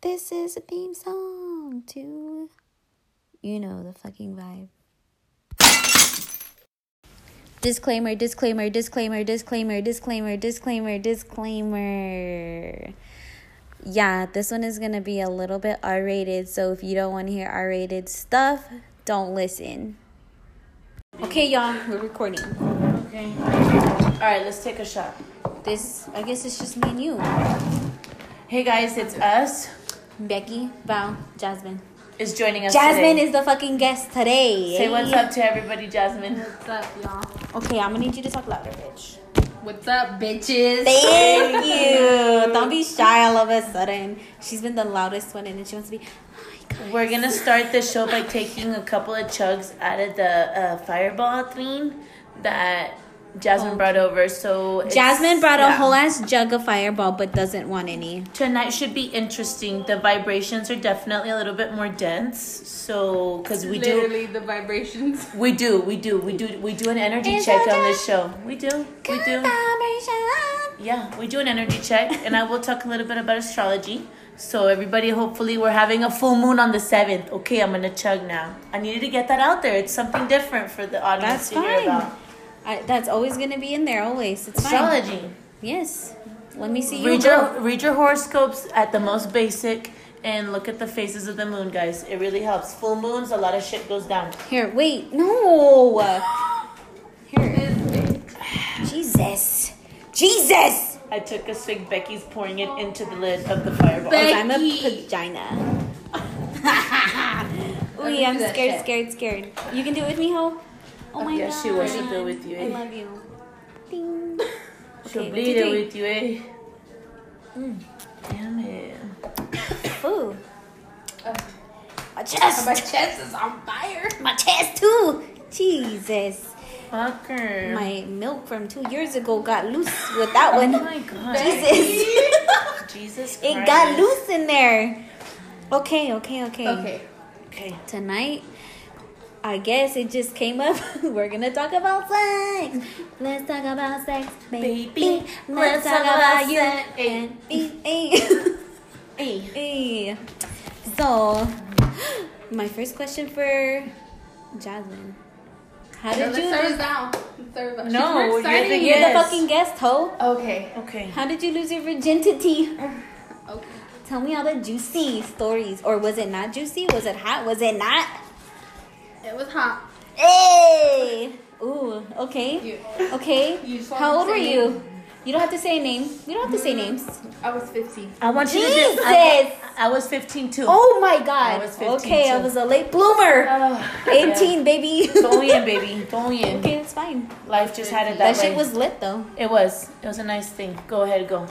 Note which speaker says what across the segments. Speaker 1: This is a theme song to. You know the fucking vibe. Disclaimer, disclaimer, disclaimer, disclaimer, disclaimer, disclaimer, disclaimer. Yeah, this one is going to be a little bit R rated, so if you don't want to hear R rated stuff, don't listen. Okay, y'all, we're recording.
Speaker 2: Okay. All right, let's take a shot.
Speaker 1: This, I guess it's just me and you.
Speaker 2: Hey guys, it's us.
Speaker 1: Becky, Val, Jasmine.
Speaker 2: Is joining us.
Speaker 1: Jasmine
Speaker 2: today.
Speaker 1: is the fucking guest today.
Speaker 2: Say what's up to everybody, Jasmine.
Speaker 3: What's up, y'all?
Speaker 1: Okay, I'm gonna need you to talk louder, bitch.
Speaker 3: What's up, bitches?
Speaker 1: Thank you. Don't be shy all of a sudden. She's been the loudest one, and then she wants to be. Hi, guys.
Speaker 2: We're gonna start the show by taking a couple of chugs out of the uh, fireball thing that Jasmine brought over. So it's-
Speaker 1: Oh. Jasmine brought a
Speaker 2: yeah.
Speaker 1: whole ass jug of Fireball, but doesn't want any.
Speaker 2: Tonight should be interesting. The vibrations are definitely a little bit more dense. So, because we do,
Speaker 3: Literally the vibrations.
Speaker 2: we do, we do, we do, we do an energy
Speaker 1: It's
Speaker 2: check
Speaker 1: so
Speaker 2: on this
Speaker 1: just-
Speaker 2: show. We do, we do.
Speaker 1: Vibration.
Speaker 2: Yeah, we do an energy check, and I will talk a little bit about astrology. So everybody, hopefully, we're having a full moon on the seventh. Okay, I'm gonna chug now. I needed to get that out there. It's something different for the
Speaker 1: That's
Speaker 2: audience to hear
Speaker 1: fine.
Speaker 2: about.
Speaker 1: I, that's always gonna be in there. Always, it's fine.
Speaker 2: Astrology.
Speaker 1: Yes. Let me see you
Speaker 2: Read your,
Speaker 1: go.
Speaker 2: read your horoscopes at the most basic, and look at the phases of the moon, guys. It really helps. Full moons, a lot of shit goes down.
Speaker 1: Here, wait, no. Here, Jesus, Jesus.
Speaker 2: I took a swig. Becky's pouring it into the lid of the fireball.
Speaker 3: Be-
Speaker 1: Because I'm a
Speaker 3: Becky.
Speaker 1: vagina. Ooh,
Speaker 3: Don't
Speaker 1: yeah, I'm
Speaker 3: do that
Speaker 1: scared,
Speaker 3: shit.
Speaker 1: scared, scared. You can do it with me, Ho? Oh my
Speaker 2: yeah,
Speaker 1: god.
Speaker 2: she wants to do it with you,
Speaker 1: I
Speaker 2: eh?
Speaker 1: love you. Ding.
Speaker 2: She'll
Speaker 1: Okay,
Speaker 2: bleed
Speaker 1: what
Speaker 2: it
Speaker 1: you
Speaker 2: with you, eh?
Speaker 1: Mm.
Speaker 2: Damn it.
Speaker 1: Ooh.
Speaker 3: Uh,
Speaker 1: My
Speaker 3: my
Speaker 1: chest.
Speaker 3: chest is on fire.
Speaker 1: My chest, too. Jesus.
Speaker 2: Fucker.
Speaker 1: My milk from two years ago got loose with that one.
Speaker 2: Oh my god.
Speaker 1: Jesus.
Speaker 2: Jesus Christ.
Speaker 1: it got loose in there. Okay, okay, okay.
Speaker 3: Okay.
Speaker 2: Okay.
Speaker 1: tonight i guess it just came up we're gonna talk about sex let's talk about sex baby,
Speaker 2: Baby,
Speaker 1: let's talk about you and
Speaker 2: Hey.
Speaker 1: Hey. so my first question for jasmine how
Speaker 3: So
Speaker 1: did
Speaker 3: let's
Speaker 1: you
Speaker 3: start us
Speaker 1: lose-
Speaker 3: down. Let's start us out.
Speaker 2: No,
Speaker 3: We're
Speaker 2: you're
Speaker 3: starting
Speaker 2: the
Speaker 3: it.
Speaker 1: you're
Speaker 2: Yes.
Speaker 1: the fucking guest ho
Speaker 3: Okay.
Speaker 2: Okay.
Speaker 1: how did you lose your virginity
Speaker 3: Okay.
Speaker 1: tell me all the juicy stories or was it not juicy was it hot was it not
Speaker 3: It was hot.
Speaker 1: Hey! Ooh, okay.
Speaker 3: You.
Speaker 1: Okay.
Speaker 3: You just want
Speaker 1: How
Speaker 3: to
Speaker 1: old
Speaker 3: say
Speaker 1: were
Speaker 3: name. Mm-hmm.
Speaker 1: you? You don't have to say a name. You don't have to say names.
Speaker 3: I was 15.
Speaker 2: I want you to do
Speaker 1: Jesus!
Speaker 2: I, I was 15 too.
Speaker 1: Oh my god.
Speaker 2: I was 15
Speaker 1: okay, I
Speaker 2: too.
Speaker 1: was a late bloomer.
Speaker 2: Oh,
Speaker 1: 18, baby.
Speaker 2: Go in, baby. Go in.
Speaker 1: okay, that's fine.
Speaker 2: Life just had it that,
Speaker 1: That,
Speaker 2: way.
Speaker 1: shit was lit though.
Speaker 2: It was. It was a nice thing. Go ahead, go.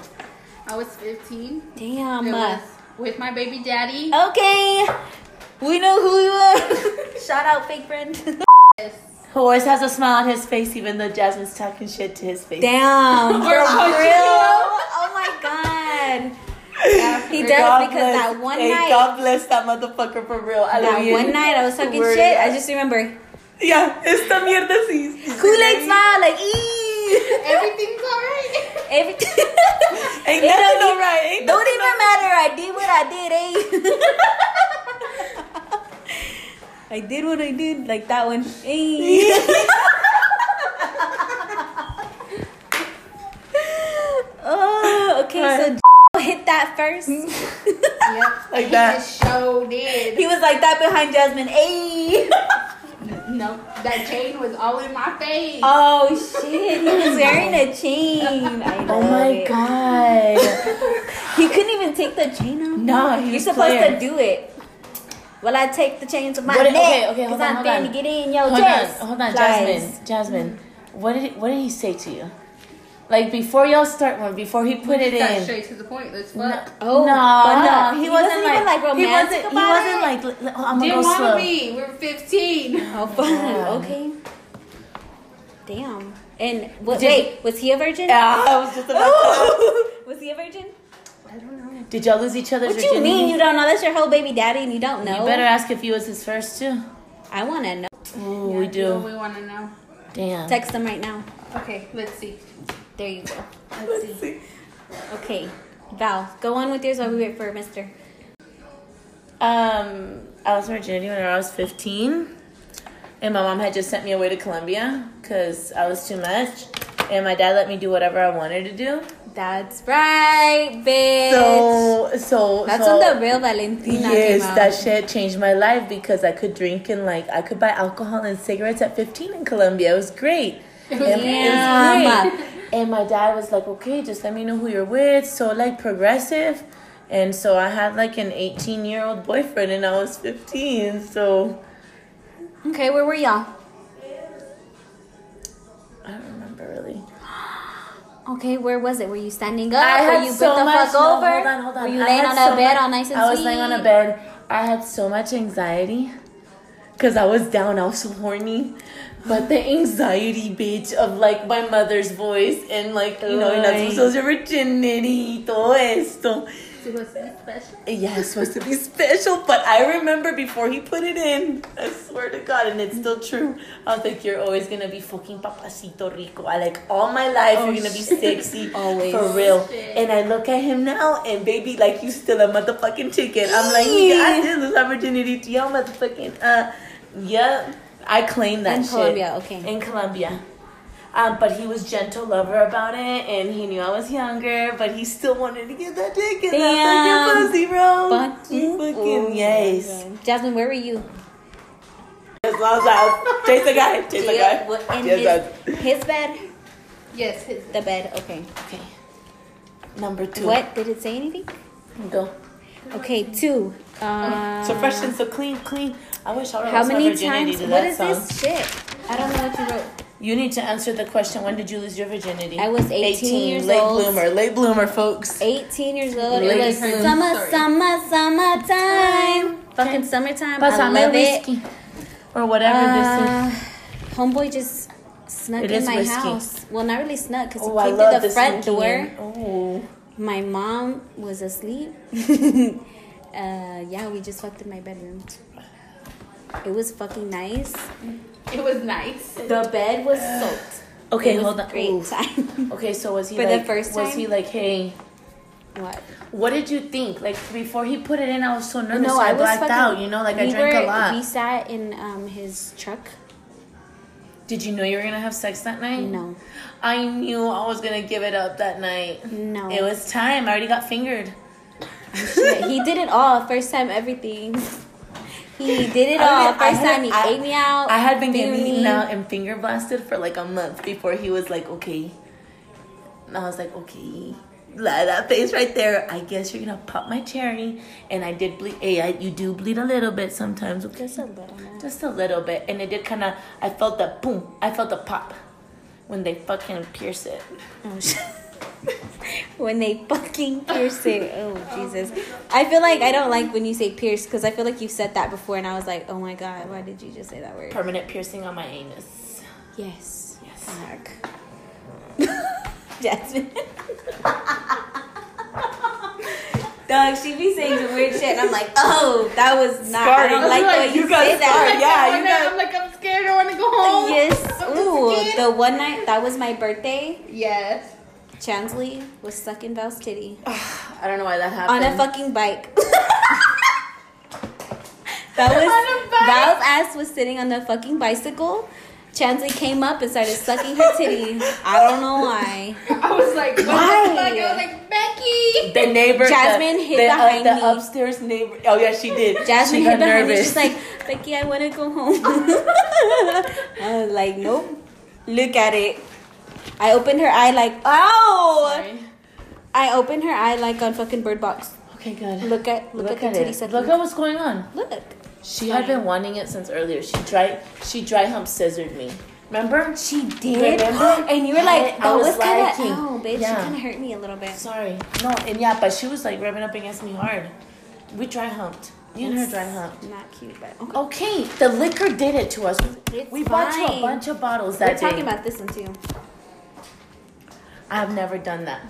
Speaker 3: I was 15.
Speaker 1: Damn.
Speaker 3: it was with my baby daddy.
Speaker 2: Oh.
Speaker 1: Okay. We know who you are. Shout out, fake friend.
Speaker 3: Yes.
Speaker 2: Who always has a smile on his face, even though Jasmine's talking shit to his face.
Speaker 1: Damn. For
Speaker 3: We're watching
Speaker 1: real?
Speaker 3: you.
Speaker 1: Oh my god. He
Speaker 3: After-
Speaker 1: does
Speaker 2: God
Speaker 1: because
Speaker 2: bless-
Speaker 1: that one
Speaker 2: hey,
Speaker 1: night-
Speaker 2: God bless that motherfucker for real. I love
Speaker 1: That
Speaker 2: you.
Speaker 1: one night I was talking
Speaker 2: Word.
Speaker 1: shit. I just remember.
Speaker 2: Yeah, esta mierda sí.
Speaker 1: Kool-Aid smile, like, eee.
Speaker 3: Everything's alright.
Speaker 1: Every-
Speaker 2: Ain't
Speaker 1: It
Speaker 2: nothing
Speaker 1: don't
Speaker 2: all right. Ain't
Speaker 1: Don't even matter. I did what I did, eh? I did what I did, like that one. Eh. oh, okay. So hit that first.
Speaker 3: yep.
Speaker 2: Like
Speaker 3: he
Speaker 2: that.
Speaker 3: Just showed it.
Speaker 1: he was like that behind Jasmine. eh? Hey.
Speaker 3: No, that chain was all in my face.
Speaker 1: Oh shit! He was wearing a chain. I
Speaker 2: Oh
Speaker 1: love
Speaker 2: my
Speaker 1: it.
Speaker 2: god.
Speaker 1: He couldn't even take the chain off.
Speaker 2: No, he
Speaker 1: you're
Speaker 2: was
Speaker 1: supposed
Speaker 2: clear.
Speaker 1: to do it. Well, I take the chain to my
Speaker 2: What-
Speaker 1: neck
Speaker 2: okay, okay, hold on,
Speaker 1: I'm
Speaker 2: hold
Speaker 1: trying
Speaker 2: on.
Speaker 1: to get in your
Speaker 2: Hold
Speaker 1: chest.
Speaker 2: on, hold on,
Speaker 1: Lies.
Speaker 2: Jasmine. Jasmine, what did he, what did he say to you? Like before y'all start one, before he put it
Speaker 3: Got
Speaker 2: in.
Speaker 3: straight to the point. Let's
Speaker 2: No,
Speaker 3: fuck.
Speaker 1: Oh,
Speaker 2: no,
Speaker 1: fuck.
Speaker 2: no, he,
Speaker 1: He
Speaker 2: wasn't,
Speaker 1: wasn't
Speaker 2: like,
Speaker 1: even, like,
Speaker 2: he
Speaker 1: romantic
Speaker 2: wasn't.
Speaker 1: about
Speaker 2: he wasn't
Speaker 1: it?
Speaker 2: like. l- l- I'm gonna
Speaker 3: Didn't
Speaker 2: go
Speaker 3: want
Speaker 2: slow.
Speaker 3: to be. We were 15.
Speaker 1: How fun.
Speaker 2: Yeah.
Speaker 1: Okay. Damn. And what,
Speaker 2: Did-
Speaker 1: wait, was he a virgin?
Speaker 2: Yeah, I was just about
Speaker 1: Oh. was he a virgin?
Speaker 3: I don't know.
Speaker 2: to. Did y'all lose each other's
Speaker 1: What you
Speaker 2: virginity?
Speaker 1: mean you don't know? That's your whole baby daddy, and you don't know.
Speaker 2: You better ask if he was his first too.
Speaker 1: I want to know.
Speaker 2: Ooh, we
Speaker 3: Well,
Speaker 2: do.
Speaker 3: we want to know.
Speaker 2: Damn.
Speaker 1: Text him right now.
Speaker 3: Okay, let's see.
Speaker 1: There you go.
Speaker 3: Let's see.
Speaker 1: Okay, Val, go on with yours while we wait for Mister.
Speaker 2: Um, I was in virginity when I was 15, and my mom had just sent me away to Colombia because I was too much, and my dad let me do whatever I wanted to do.
Speaker 1: That's right, bitch.
Speaker 2: So, so
Speaker 1: That's
Speaker 2: so,
Speaker 1: when the real Valentina
Speaker 2: Yes,
Speaker 1: came out.
Speaker 2: that shit changed my life because I could drink and like I could buy alcohol and cigarettes at 15 in Colombia. It was great. And- it was
Speaker 1: Damn.
Speaker 2: great. And my dad was like, "Okay, just let me know who you're with." So like progressive, and so I had like an 18 year old boyfriend, and I was 15. So
Speaker 1: okay, where were y'all?
Speaker 2: I don't remember really.
Speaker 1: Okay, where was it? Were you standing up?
Speaker 2: I
Speaker 1: Were
Speaker 2: had
Speaker 1: Ah, you put
Speaker 2: so
Speaker 1: the
Speaker 2: much.
Speaker 1: fuck
Speaker 2: no,
Speaker 1: over?
Speaker 2: hold on, hold on.
Speaker 1: Were you
Speaker 2: I
Speaker 1: laying
Speaker 2: had
Speaker 1: on a
Speaker 2: so
Speaker 1: bed
Speaker 2: much-
Speaker 1: all nice and
Speaker 2: I was
Speaker 1: sweet?
Speaker 2: laying on a bed. I had so much anxiety because I was down. I was so horny. But the anxiety, bitch, of like my mother's voice and like, you know, you're not
Speaker 1: Ay.
Speaker 2: supposed to lose your virginity, todo esto.
Speaker 3: It was special.
Speaker 2: Yeah, it's supposed to be special, but I remember before he put it in, I swear to God, and it's still true. I was like, You're always gonna be fucking papacito rico. I like all my life,
Speaker 1: Oh,
Speaker 2: you're gonna be
Speaker 1: shit.
Speaker 2: sexy.
Speaker 1: Always.
Speaker 2: For real.
Speaker 3: Shit.
Speaker 2: And I look at him now, and baby, like, you still a motherfucking chicken. I'm like, Nigga, I did lose my virginity to y'all motherfucking, uh, yep. I claim that
Speaker 1: In
Speaker 2: shit.
Speaker 1: Colombia, okay.
Speaker 2: In Colombia. Um, but he was gentle lover about it, and he knew I was younger, but he still wanted to get that dick in that
Speaker 1: Damn.
Speaker 2: fucking pussy, bro.
Speaker 1: Fuck you.
Speaker 2: Fucking
Speaker 1: Oh,
Speaker 2: yes.
Speaker 1: Jasmine, where were you?
Speaker 2: As long as I chase the guy, chase the
Speaker 1: Yeah,
Speaker 2: guy.
Speaker 1: well, in
Speaker 2: Yes,
Speaker 1: his, his bed?
Speaker 3: Yes, his
Speaker 1: The bed, okay.
Speaker 2: Okay. Number two.
Speaker 1: What? Did it say anything?
Speaker 2: Go.
Speaker 1: Okay, two. Uh,
Speaker 2: So fresh and so clean, clean. I wish I would
Speaker 1: How
Speaker 2: have my
Speaker 1: many
Speaker 2: virginity
Speaker 1: times?
Speaker 2: to
Speaker 1: What
Speaker 2: that
Speaker 1: is
Speaker 2: song.
Speaker 1: this shit? I don't know what you wrote.
Speaker 2: You need to answer the question. When did you lose your virginity?
Speaker 1: I was 18 years
Speaker 2: late
Speaker 1: old.
Speaker 2: bloomer, late bloomer, folks.
Speaker 1: 18 years old. It
Speaker 2: Lady
Speaker 1: was
Speaker 2: Hurley.
Speaker 1: summer,
Speaker 3: Sorry.
Speaker 1: summer, summertime. Fucking summertime. I love it.
Speaker 2: or whatever this is.
Speaker 1: Uh, homeboy just snuck
Speaker 2: It
Speaker 1: in
Speaker 2: is
Speaker 1: my
Speaker 2: whiskey.
Speaker 1: house. Well, not really snuck because
Speaker 2: Oh,
Speaker 1: he
Speaker 2: I
Speaker 1: came
Speaker 2: love
Speaker 1: through the
Speaker 2: this
Speaker 1: front
Speaker 2: sneaking
Speaker 1: door.
Speaker 2: in. Oh,
Speaker 1: My mom was asleep. uh, yeah, we just fucked in my bedroom. It was fucking nice.
Speaker 3: It was nice.
Speaker 1: The bed was soaked.
Speaker 2: Okay,
Speaker 1: It was
Speaker 2: hold on.
Speaker 1: Great
Speaker 2: Ooh.
Speaker 1: time.
Speaker 2: Okay, so was he
Speaker 1: For the
Speaker 2: like,
Speaker 1: first
Speaker 2: was
Speaker 1: time?
Speaker 2: he like, hey,
Speaker 1: what?
Speaker 2: what did you think? Like before he put it in, I was so nervous.
Speaker 1: No,
Speaker 2: so
Speaker 1: I
Speaker 2: I,
Speaker 1: was
Speaker 2: blacked
Speaker 1: fucking-
Speaker 2: out. You know, like I
Speaker 1: we
Speaker 2: drank
Speaker 1: were,
Speaker 2: a lot.
Speaker 1: We sat in um, his truck.
Speaker 2: Did you know you were gonna have sex that night?
Speaker 1: No,
Speaker 2: I knew I was gonna give it up that night.
Speaker 1: no.
Speaker 2: It was time. I already got fingered.
Speaker 1: Yeah, he did it all. First time, everything. He did it
Speaker 2: I
Speaker 1: all.
Speaker 2: mean, I
Speaker 1: First
Speaker 2: had-
Speaker 1: time, he
Speaker 2: I-
Speaker 1: ate me out.
Speaker 2: I had been getting
Speaker 1: fingered
Speaker 2: eaten
Speaker 1: me.
Speaker 2: out and finger blasted for like a month before he was like, okay. And I was like, okay. Like that face right there. I guess you're gonna pop my cherry. And I did bleed. Hey, I, you do bleed a little bit sometimes. Okay.
Speaker 1: Just a little bit.
Speaker 2: Just a little bit. And it did kind of, I felt the boom. I felt the pop when they fucking pierce it.
Speaker 1: Oh, shit. when they fucking pierce it. Oh, Jesus. I feel like I don't like when you say pierce because I feel like you've said that before and I was like, oh my God, why did you just say that word?
Speaker 2: Permanent piercing on my anus.
Speaker 1: Yes.
Speaker 2: Yes.
Speaker 1: Fuck. Jasmine. Dog, she be saying some weird shit and I'm like, oh, that was not. I
Speaker 2: Scarred.
Speaker 1: don't like
Speaker 2: Like,
Speaker 1: the way you,
Speaker 2: you got
Speaker 1: say that.
Speaker 2: scarred. yeah,
Speaker 3: I'm
Speaker 2: you
Speaker 3: like,
Speaker 2: got-
Speaker 3: "Oh, I'm like, I'm scared. I want to go home.
Speaker 1: Yes.
Speaker 3: Oh, I'm
Speaker 1: Ooh,
Speaker 3: just a
Speaker 1: the one night that was my birthday.
Speaker 3: kid. Yes.
Speaker 1: Chansley was sucking Val's titty
Speaker 2: I don't know why that
Speaker 1: on
Speaker 2: happened.
Speaker 1: a fucking bike. that was
Speaker 3: On a bike.
Speaker 1: Val's ass was sitting on the fucking bicycle. Chansley came up and started sucking her titty. I don't know why.
Speaker 3: I was like, what
Speaker 1: Why?
Speaker 3: the fuck? I was like, Becky.
Speaker 2: the neighbor,
Speaker 1: Jasmine
Speaker 2: the,
Speaker 1: hid
Speaker 2: the,
Speaker 1: behind
Speaker 2: the
Speaker 1: me.
Speaker 2: upstairs neighbor. Oh yeah, she did.
Speaker 1: Jasmine
Speaker 2: she
Speaker 1: hit
Speaker 2: got
Speaker 1: behind me.
Speaker 2: nervous.
Speaker 1: She's like, Becky, I want to go home. I was like, nope. Look at it. I opened her eye like, oh!
Speaker 2: Sorry.
Speaker 1: I opened her eye like on fucking Bird Box.
Speaker 2: Okay, good.
Speaker 1: Look at look, at, the titty
Speaker 2: it.
Speaker 1: sucking.
Speaker 2: Look at what's going on.
Speaker 1: Look.
Speaker 2: She had been wanting it since earlier. She dry she dry hump scissored me. Remember? She
Speaker 1: did? And you were like, that was, kind of, oh, bitch,
Speaker 2: Yeah.
Speaker 1: she kind of hurt me a little bit.
Speaker 2: Sorry. No, and yeah, but she was like rubbing up against me hard. We dry humped. You and her dry Oh, humped.
Speaker 1: Not cute, but okay.
Speaker 2: Okay, the liquor did it to us.
Speaker 1: It's
Speaker 2: we bought you
Speaker 1: fine.
Speaker 2: a bunch of bottles
Speaker 1: We're
Speaker 2: that
Speaker 1: talking
Speaker 2: day.
Speaker 1: about this one too.
Speaker 2: I've never done that.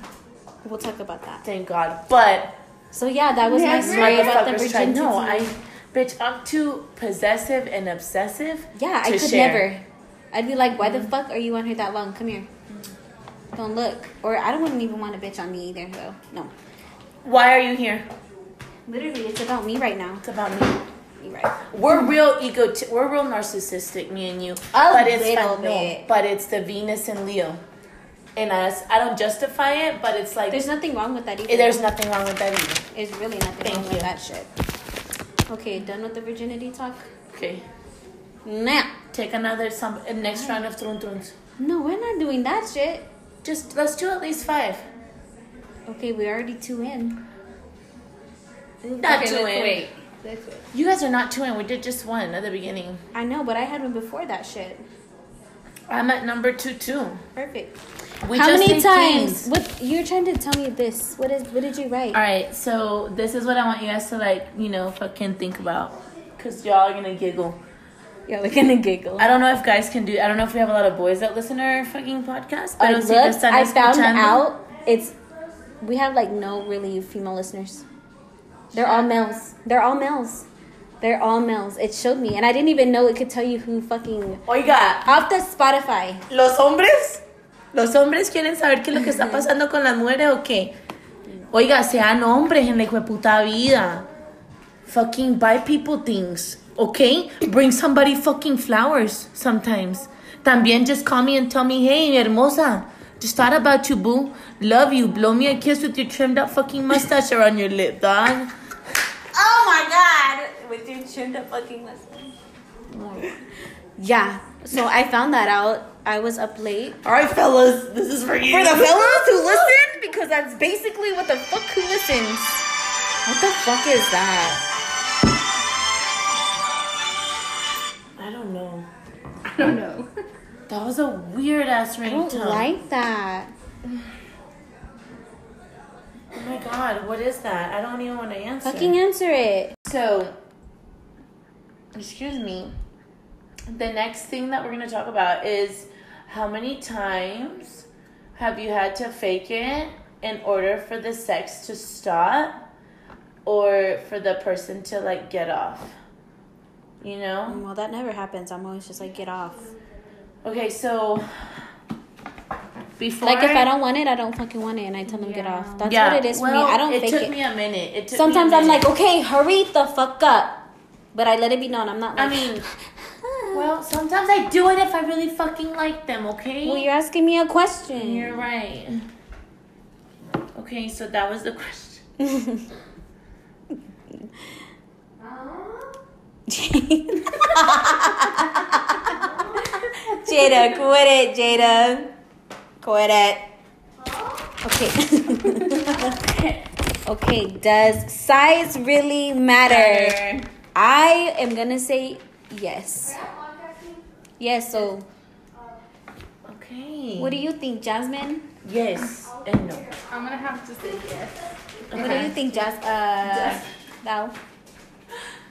Speaker 1: We'll talk about that.
Speaker 2: Thank God. But
Speaker 1: So yeah, that was my
Speaker 3: Never.
Speaker 1: story about the
Speaker 2: motherfuckers
Speaker 1: virginity.
Speaker 2: tried- No, I, bitch, I'm too possessive and obsessive.
Speaker 1: yeah, I
Speaker 2: to
Speaker 1: could
Speaker 2: share. Mm-hmm.
Speaker 1: never. I'd be like, why the fuck are you on her that long? Come here. Don't look. Or I don't even want a bitch on me either, though. No.
Speaker 2: Why are you here?
Speaker 1: Literally, it's about me right now.
Speaker 2: It's about me.
Speaker 1: You're right.
Speaker 2: We're real ego. We're real narcissistic, me and you. but it's
Speaker 1: little
Speaker 2: fun- no,
Speaker 1: bit.
Speaker 2: but it's the Venus and Leo in us. I don't justify it, but it's like
Speaker 1: There's
Speaker 2: there's,
Speaker 1: nothing wrong with that either.
Speaker 2: there's nothing wrong with that either.
Speaker 1: There's really nothing
Speaker 2: Thank
Speaker 1: wrong
Speaker 2: you.
Speaker 1: with that shit. Okay, done with the virginity talk?
Speaker 2: Okay,
Speaker 1: Nah.
Speaker 2: take another some uh, next round of thrun thruns.
Speaker 1: No, we're not doing that shit.
Speaker 2: Just let's do at least five.
Speaker 1: Okay, we're already two in.
Speaker 2: Not
Speaker 3: okay,
Speaker 2: two
Speaker 3: let's
Speaker 2: in.
Speaker 3: wait. Let's wait.
Speaker 2: You guys are not two in. We did just one at the beginning.
Speaker 1: I know, but I had one before that shit.
Speaker 2: I'm at number two two.
Speaker 1: Perfect.
Speaker 2: We
Speaker 1: How
Speaker 2: just
Speaker 1: many
Speaker 2: did
Speaker 1: times?
Speaker 2: things.
Speaker 1: What you're trying to tell me this? What is? What did you write?
Speaker 2: All right, so this is what I want you guys to like, you know, fucking think about, cause y'all are gonna giggle.
Speaker 1: You're looking to giggle.
Speaker 2: I don't know if guys can do. I don't know if we have a lot of boys that listen to our fucking podcast.
Speaker 1: I
Speaker 2: Pero si
Speaker 1: looked.
Speaker 2: están
Speaker 1: I found
Speaker 2: escuchando-
Speaker 1: out it's. We have like no really female listeners. They're all males. They're all males. They're all males. It showed me, and I didn't even know it could tell you who fucking
Speaker 2: Oiga,
Speaker 1: off the Spotify.
Speaker 2: los hombres, los hombres quieren saber qué es lo que está pasando con las mujeres o qué. Oiga, sean hombres en la puta vida. Fucking buy people things, okay? Bring somebody fucking flowers sometimes. También just call me and tell me, hey, mi hermosa, just thought about you, boo. Love you. Blow me a kiss with your trimmed up fucking mustache around your lip, dog.
Speaker 1: Oh my god! With your trimmed up fucking lesson. Yeah. So I found that out. I was up late.
Speaker 2: All right, fellas, this is for you.
Speaker 1: For the fellas who listen, because that's basically what the fuck who listens. What the fuck is that?
Speaker 2: I don't know.
Speaker 3: I don't know.
Speaker 2: That was a weird ass
Speaker 1: I don't
Speaker 2: ringtone.
Speaker 1: like that.
Speaker 2: oh my god, what is that? I don't even want to answer.
Speaker 1: Fucking answer it.
Speaker 2: so, excuse me. The next thing that we're gonna talk about is how many times have you had to fake it in order for the sex to stop or for the person to like get off. You know.
Speaker 1: Well, that never happens. I'm always just like, get off.
Speaker 2: Okay, so before
Speaker 1: Like, if I don't want it, I don't fucking want it, and I tell them get off. That's what it is for
Speaker 2: well,
Speaker 1: me. I don't
Speaker 2: it
Speaker 1: fake
Speaker 2: took
Speaker 1: it.
Speaker 2: me a minute. It took
Speaker 1: Sometimes
Speaker 2: me a
Speaker 1: I'm like,
Speaker 2: minute.
Speaker 1: okay, hurry the fuck up. But I let it be known. I'm not
Speaker 2: I
Speaker 1: like,
Speaker 2: mean, well, sometimes I do it if I really fucking like them. Okay.
Speaker 1: well, you're asking me a question.
Speaker 2: You're right. Okay, so that was the question.
Speaker 1: Jada, quit it, Jada. Quit it. Okay. okay, does size really matter? I am gonna say yes. Yes, so
Speaker 2: Okay.
Speaker 1: what do you think, Jasmine?
Speaker 2: Yes and no.
Speaker 3: I'm gonna have to say yes.
Speaker 1: What do you think, Jas? Uh, Val?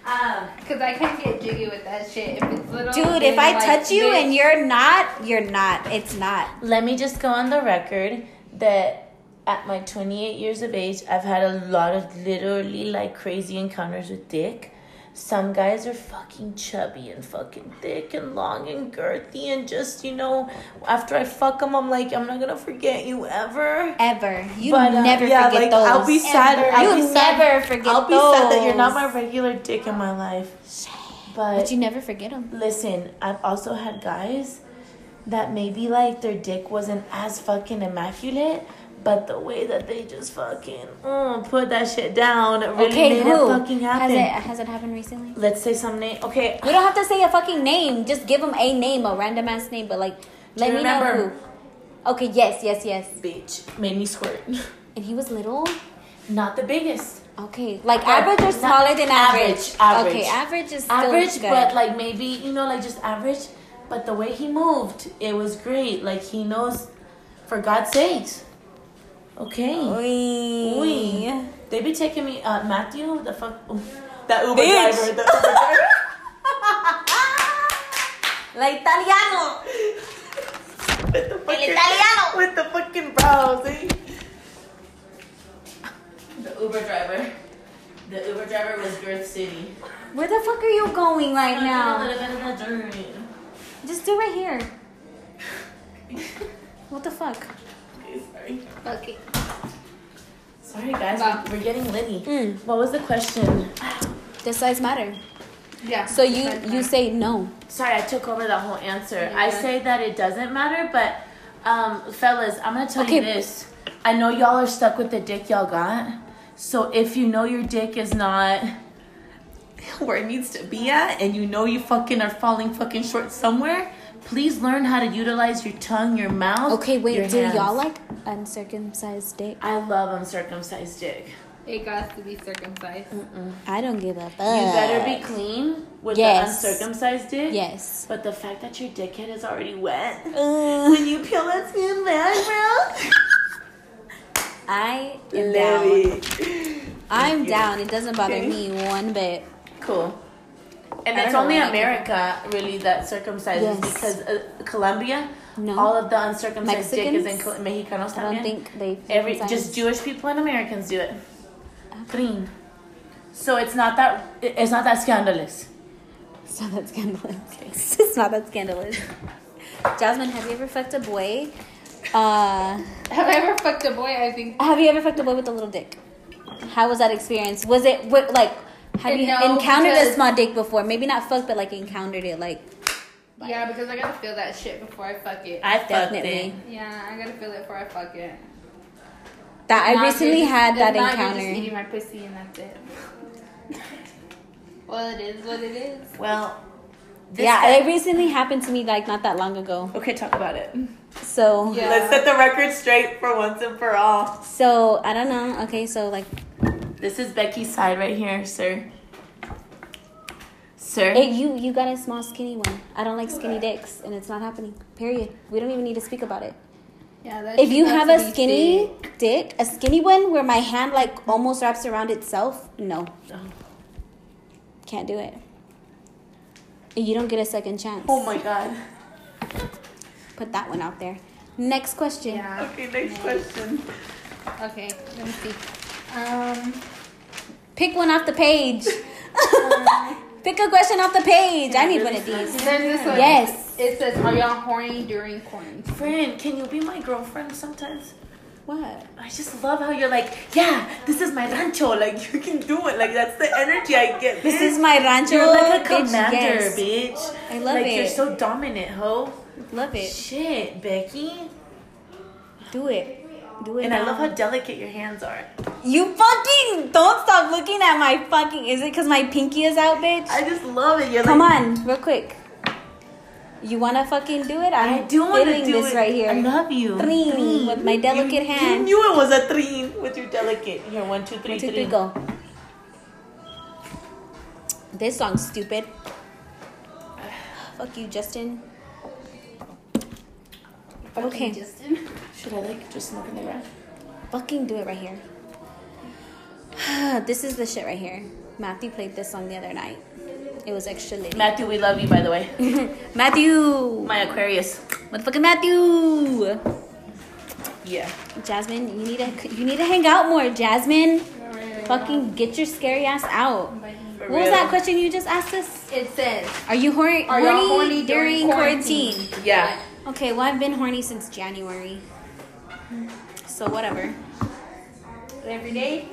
Speaker 3: Um, cause I can't get jiggy with that shit. If it's little,
Speaker 1: Dude, if
Speaker 3: then,
Speaker 1: I
Speaker 3: like,
Speaker 1: touch you
Speaker 3: bitch,
Speaker 1: and you're not, you're not. It's not.
Speaker 2: Let me just go on the record that at my 28 years of age, I've had a lot of literally like crazy encounters with dick. Some guys are fucking chubby and fucking thick and long and girthy and just, you know, after I fuck them, I'm like, I'm not gonna forget you ever.
Speaker 1: Ever. You
Speaker 2: But, uh,
Speaker 1: never
Speaker 2: yeah,
Speaker 1: forget
Speaker 2: like,
Speaker 1: those.
Speaker 2: I'll be sad-
Speaker 1: Ever.
Speaker 2: I'll
Speaker 1: you
Speaker 2: be sad-
Speaker 1: never forget
Speaker 2: I'll be
Speaker 1: those.
Speaker 2: sad that you're not my regular dick in my life.
Speaker 1: But you never forget them.
Speaker 2: Listen, I've also had guys that maybe like their dick wasn't as fucking immaculate, but the way that they just fucking mm, put that shit down really
Speaker 1: Okay,
Speaker 2: made
Speaker 1: who?
Speaker 2: it fucking
Speaker 1: has
Speaker 2: happen.
Speaker 1: it has it happened recently?
Speaker 2: Let's say some name. Okay,
Speaker 1: We don't have to say a fucking name. Just give them a name, a random ass name. But like, let
Speaker 2: you
Speaker 1: me know
Speaker 2: remember?
Speaker 1: who. Okay. Yes. Yes. Yes.
Speaker 2: bitch made me squirt.
Speaker 1: And he was little.
Speaker 2: Not the biggest,
Speaker 1: Okay. Like
Speaker 2: Yeah,
Speaker 1: average or
Speaker 2: not-
Speaker 1: smaller than average.
Speaker 2: average, average.
Speaker 1: Okay. Average is still
Speaker 2: average,
Speaker 1: good.
Speaker 2: but like maybe you know, like just average. But the way he moved, it was great. Like he knows, for God's sakes. Okay.
Speaker 1: Oy.
Speaker 2: Ooh. They be taking me, uh, Matthew, the fuck, that Uber
Speaker 1: Bitch.
Speaker 2: driver, the Uber driver.
Speaker 1: La italiano.
Speaker 2: with the fucking,
Speaker 1: italiano.
Speaker 2: with the fucking brows, eh? The Uber driver. The Uber driver was Girth City.
Speaker 1: Where the fuck are you going right now? Just do right here. What the fuck?
Speaker 2: Sorry.
Speaker 3: Okay.
Speaker 2: Sorry, guys,
Speaker 3: Wow.
Speaker 2: we're, we're getting litty.
Speaker 1: Mm.
Speaker 2: What was the question?
Speaker 1: Does size matter?
Speaker 3: Yeah.
Speaker 1: So you
Speaker 3: That's
Speaker 1: you
Speaker 3: fine.
Speaker 1: say no.
Speaker 2: Sorry, I took over that whole answer. I
Speaker 3: Yeah.
Speaker 2: say that it doesn't matter, but um, fellas, I'm gonna tell
Speaker 1: Okay.
Speaker 2: you this. I know y'all are stuck with the dick y'all got. So if you know your dick is not where it needs to be at, and you know you fucking are falling fucking short somewhere, please learn how to utilize your tongue, your mouth.
Speaker 1: Okay,
Speaker 2: your
Speaker 1: wait. Do
Speaker 2: hands.
Speaker 1: y'all like uncircumcised dick?
Speaker 2: I love uncircumcised dick.
Speaker 3: It got to be circumcised.
Speaker 1: I don't give a fuck.
Speaker 2: You better be clean with
Speaker 1: Yes.
Speaker 2: the uncircumcised dick.
Speaker 1: Yes.
Speaker 2: But the fact that your dickhead is already wet. When you peel that skin back, bro.
Speaker 1: I am down. I'm down. It doesn't bother
Speaker 2: Okay.
Speaker 1: me one bit.
Speaker 2: Cool. And
Speaker 1: I
Speaker 2: it's
Speaker 1: don't
Speaker 2: only
Speaker 1: know.
Speaker 2: America, really, that circumcises
Speaker 1: Yes.
Speaker 2: because uh, Colombia,
Speaker 1: No.
Speaker 2: all of the uncircumcised dick is in
Speaker 1: Mexicans?
Speaker 2: Col- Mexicanos
Speaker 1: I don't
Speaker 2: también.
Speaker 1: think they.
Speaker 2: Every
Speaker 1: circumcise.
Speaker 2: just Jewish people and Americans do it. Clean. So it's not that it- it's not that scandalous.
Speaker 1: It's not that scandalous. it's not that scandalous. Jasmine, have you ever fucked a boy? Uh,
Speaker 3: Have I ever fucked a boy? I think.
Speaker 1: have you ever fucked a boy with a little dick? How was that experience? Was it what like? Have you
Speaker 3: No,
Speaker 1: encountered a
Speaker 3: because-
Speaker 1: small dick before? Maybe not fucked, but like encountered it. Like
Speaker 3: Yeah, because I gotta feel that shit before I fuck it.
Speaker 2: I fucked
Speaker 1: Definitely.
Speaker 2: it.
Speaker 3: yeah, I gotta feel it before I fuck it.
Speaker 1: that. I
Speaker 3: Not
Speaker 1: recently
Speaker 3: just-
Speaker 1: had that
Speaker 3: not Just
Speaker 1: encounter.
Speaker 3: eating my pussy and that's it. well, it is what it is.
Speaker 2: Well, this
Speaker 1: Yeah,
Speaker 2: guy-
Speaker 1: it recently happened to me like not that long ago.
Speaker 2: okay, talk about it.
Speaker 1: So
Speaker 3: Yeah.
Speaker 2: Let's set the record straight for once and for all.
Speaker 1: so I don't know. Okay, so like
Speaker 2: This is Becky's side right here, sir. Sir.
Speaker 1: Hey, you you got a small skinny one. I don't like skinny dicks, and it's not happening. Period. We don't even need to speak about it.
Speaker 3: Yeah, that
Speaker 1: If
Speaker 3: shit
Speaker 1: you
Speaker 3: got
Speaker 1: have
Speaker 3: to
Speaker 1: a
Speaker 3: be
Speaker 1: skinny
Speaker 3: thick.
Speaker 1: dick, a skinny one where my hand like almost wraps around itself, no, can't do it. You don't get a second chance.
Speaker 2: Oh my god.
Speaker 1: Put that one out there. Next question.
Speaker 3: Yeah.
Speaker 2: Okay, next question.
Speaker 3: Okay. Let me see. Um.
Speaker 1: Pick one off the page. Pick a question off the page. I need one of these.
Speaker 3: There's this one.
Speaker 1: Yes.
Speaker 3: It says, "Are y'all horny during quarantine?"
Speaker 2: Friend, can you be my girlfriend sometimes?
Speaker 1: What?
Speaker 2: I just love how you're like, yeah, this is my rancho. Like, you can do it. Like, that's the energy I get.
Speaker 1: This is my rancho.
Speaker 2: You're like a
Speaker 1: bitch,
Speaker 2: commander,
Speaker 1: yes.
Speaker 2: bitch.
Speaker 1: I love
Speaker 2: like, you're
Speaker 1: it.
Speaker 2: so dominant, ho.
Speaker 1: Love it.
Speaker 2: Shit, Becky.
Speaker 1: Do it. Do it.
Speaker 2: And I love
Speaker 1: now.
Speaker 2: how delicate your hands are.
Speaker 1: You fucking don't stop looking at my fucking. Is it because my pinky is out, bitch?
Speaker 2: I just love it. You're
Speaker 1: Come
Speaker 2: like,
Speaker 1: on, real quick. You wanna fucking do it?
Speaker 2: I
Speaker 1: I'm
Speaker 2: do want to
Speaker 1: feeling
Speaker 2: do
Speaker 1: this
Speaker 2: it.
Speaker 1: right here.
Speaker 2: I love you.
Speaker 1: Threen
Speaker 2: Threen.
Speaker 1: with my delicate
Speaker 2: you, You
Speaker 1: hand.
Speaker 2: knew it was a threen with your delicate. Here, one, two, three,
Speaker 1: One, two,
Speaker 2: three.
Speaker 1: three, go. This song's stupid. Fuck you, Justin. Okay.
Speaker 3: Justin.
Speaker 2: Should I like just smoke in the grass?
Speaker 1: Fucking do it right here. this is the shit right here. Matthew played this song the other night. It was extra lit.
Speaker 2: Matthew, we love you, by the way.
Speaker 1: Matthew!
Speaker 2: My Aquarius.
Speaker 1: Motherfucking Matthew!
Speaker 2: Yeah.
Speaker 1: Jasmine, you need to you need to hang out more, Jasmine.
Speaker 3: Alright.
Speaker 1: Fucking get your scary ass out. What was
Speaker 2: For real.
Speaker 1: that question you just asked us?
Speaker 3: It says,
Speaker 1: Are you hor-
Speaker 3: "Are
Speaker 1: horny,
Speaker 3: y'all horny
Speaker 1: during, quarantine?
Speaker 2: Yeah.
Speaker 1: Okay, well I've been horny since January, so whatever.
Speaker 3: Every day.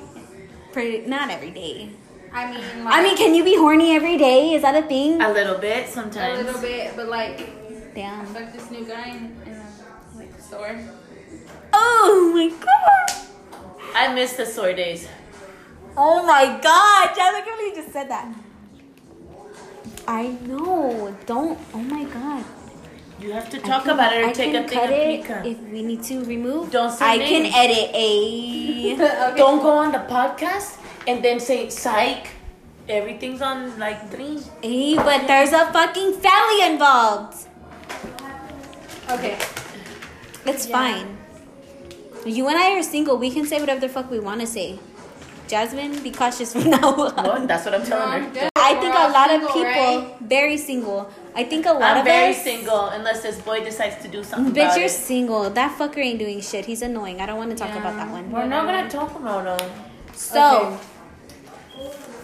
Speaker 1: Pretty not every day.
Speaker 3: I mean, like,
Speaker 1: I mean, can you be horny every day? Is that a thing?
Speaker 2: A little bit
Speaker 3: a
Speaker 2: sometimes.
Speaker 3: little bit, but like,
Speaker 1: Damn.
Speaker 3: fuck this new guy in, in the like store.
Speaker 1: Oh my god.
Speaker 2: I miss the sore days.
Speaker 1: Oh my god, Jasmine, I can't believe you just said that. I know. Don't. Oh my god.
Speaker 2: You have to
Speaker 1: I
Speaker 2: talk
Speaker 1: can-
Speaker 2: about it or
Speaker 1: I
Speaker 2: take
Speaker 1: can
Speaker 2: a
Speaker 1: cut
Speaker 2: thing
Speaker 1: it
Speaker 2: of pica.
Speaker 1: If we need to remove,
Speaker 2: Don't say
Speaker 1: I
Speaker 2: names.
Speaker 1: can eh. edit a.
Speaker 3: okay.
Speaker 2: Don't go on the podcast and then say psych. Everything's on like three.
Speaker 1: a, Eh, but there's a fucking family involved.
Speaker 3: Okay.
Speaker 1: It's fine. You and I are single. We can say whatever the fuck we want to say. Jasmine, be cautious from now on.
Speaker 2: Oh, that's what I'm telling
Speaker 3: Um,
Speaker 2: her.
Speaker 3: good.
Speaker 1: I think
Speaker 3: We're
Speaker 1: a
Speaker 3: all
Speaker 1: lot of
Speaker 3: single,
Speaker 1: people
Speaker 3: right?
Speaker 1: very single. I think a lot
Speaker 2: I'm
Speaker 1: of
Speaker 2: very
Speaker 1: us.
Speaker 2: single unless this boy decides to do something.
Speaker 1: Bitch,
Speaker 2: about
Speaker 1: you're
Speaker 2: it.
Speaker 1: single. That fucker ain't doing shit. He's annoying. I don't want to talk about that one.
Speaker 2: We're not gonna talk about him.
Speaker 1: So.
Speaker 3: Okay.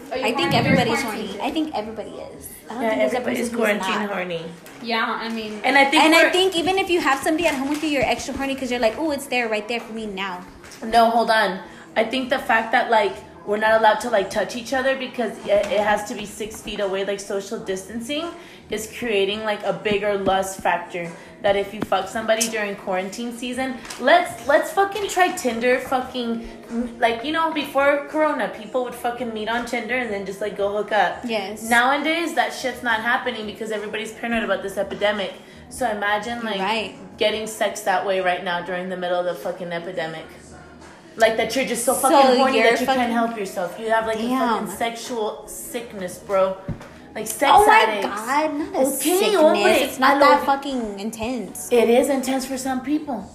Speaker 3: Are you
Speaker 1: I think
Speaker 3: horny during
Speaker 1: everybody's
Speaker 3: quarantine?
Speaker 1: horny. I think everybody is. I don't
Speaker 2: Yeah,
Speaker 1: think there's a
Speaker 2: everybody's
Speaker 1: person who's
Speaker 2: quarantine
Speaker 1: not.
Speaker 2: horny.
Speaker 3: Yeah, I mean,
Speaker 2: And I think
Speaker 1: And I
Speaker 2: we're-
Speaker 1: think even if you have somebody at home with you, you're extra horny because you're like, oh, it's there right there for me now.
Speaker 2: No, hold on. I think the fact that like we're not allowed to like touch each other because it it has to be six feet away, like social distancing, is creating like a bigger lust factor. That if you fuck somebody during quarantine season, let's let's fucking try Tinder, fucking like you know before Corona, people would fucking meet on Tinder and then just like go hook up.
Speaker 1: Yes.
Speaker 2: Nowadays that shit's not happening because everybody's paranoid about this epidemic. So imagine like
Speaker 1: right.
Speaker 2: getting sex that way right now during the middle of the fucking epidemic. Like that you're just so
Speaker 1: So
Speaker 2: fucking horny
Speaker 1: you're
Speaker 2: that you can't
Speaker 1: fucking-
Speaker 2: help yourself. You have like a
Speaker 1: Damn.
Speaker 2: fucking sexual sickness, bro. Like sex
Speaker 1: Oh my
Speaker 2: addicts.
Speaker 1: god, not a
Speaker 2: Okay, oh
Speaker 1: sickness.
Speaker 2: hombre,
Speaker 1: It's not
Speaker 2: I
Speaker 1: that
Speaker 2: love
Speaker 1: fucking intense.
Speaker 2: It is intense for some people.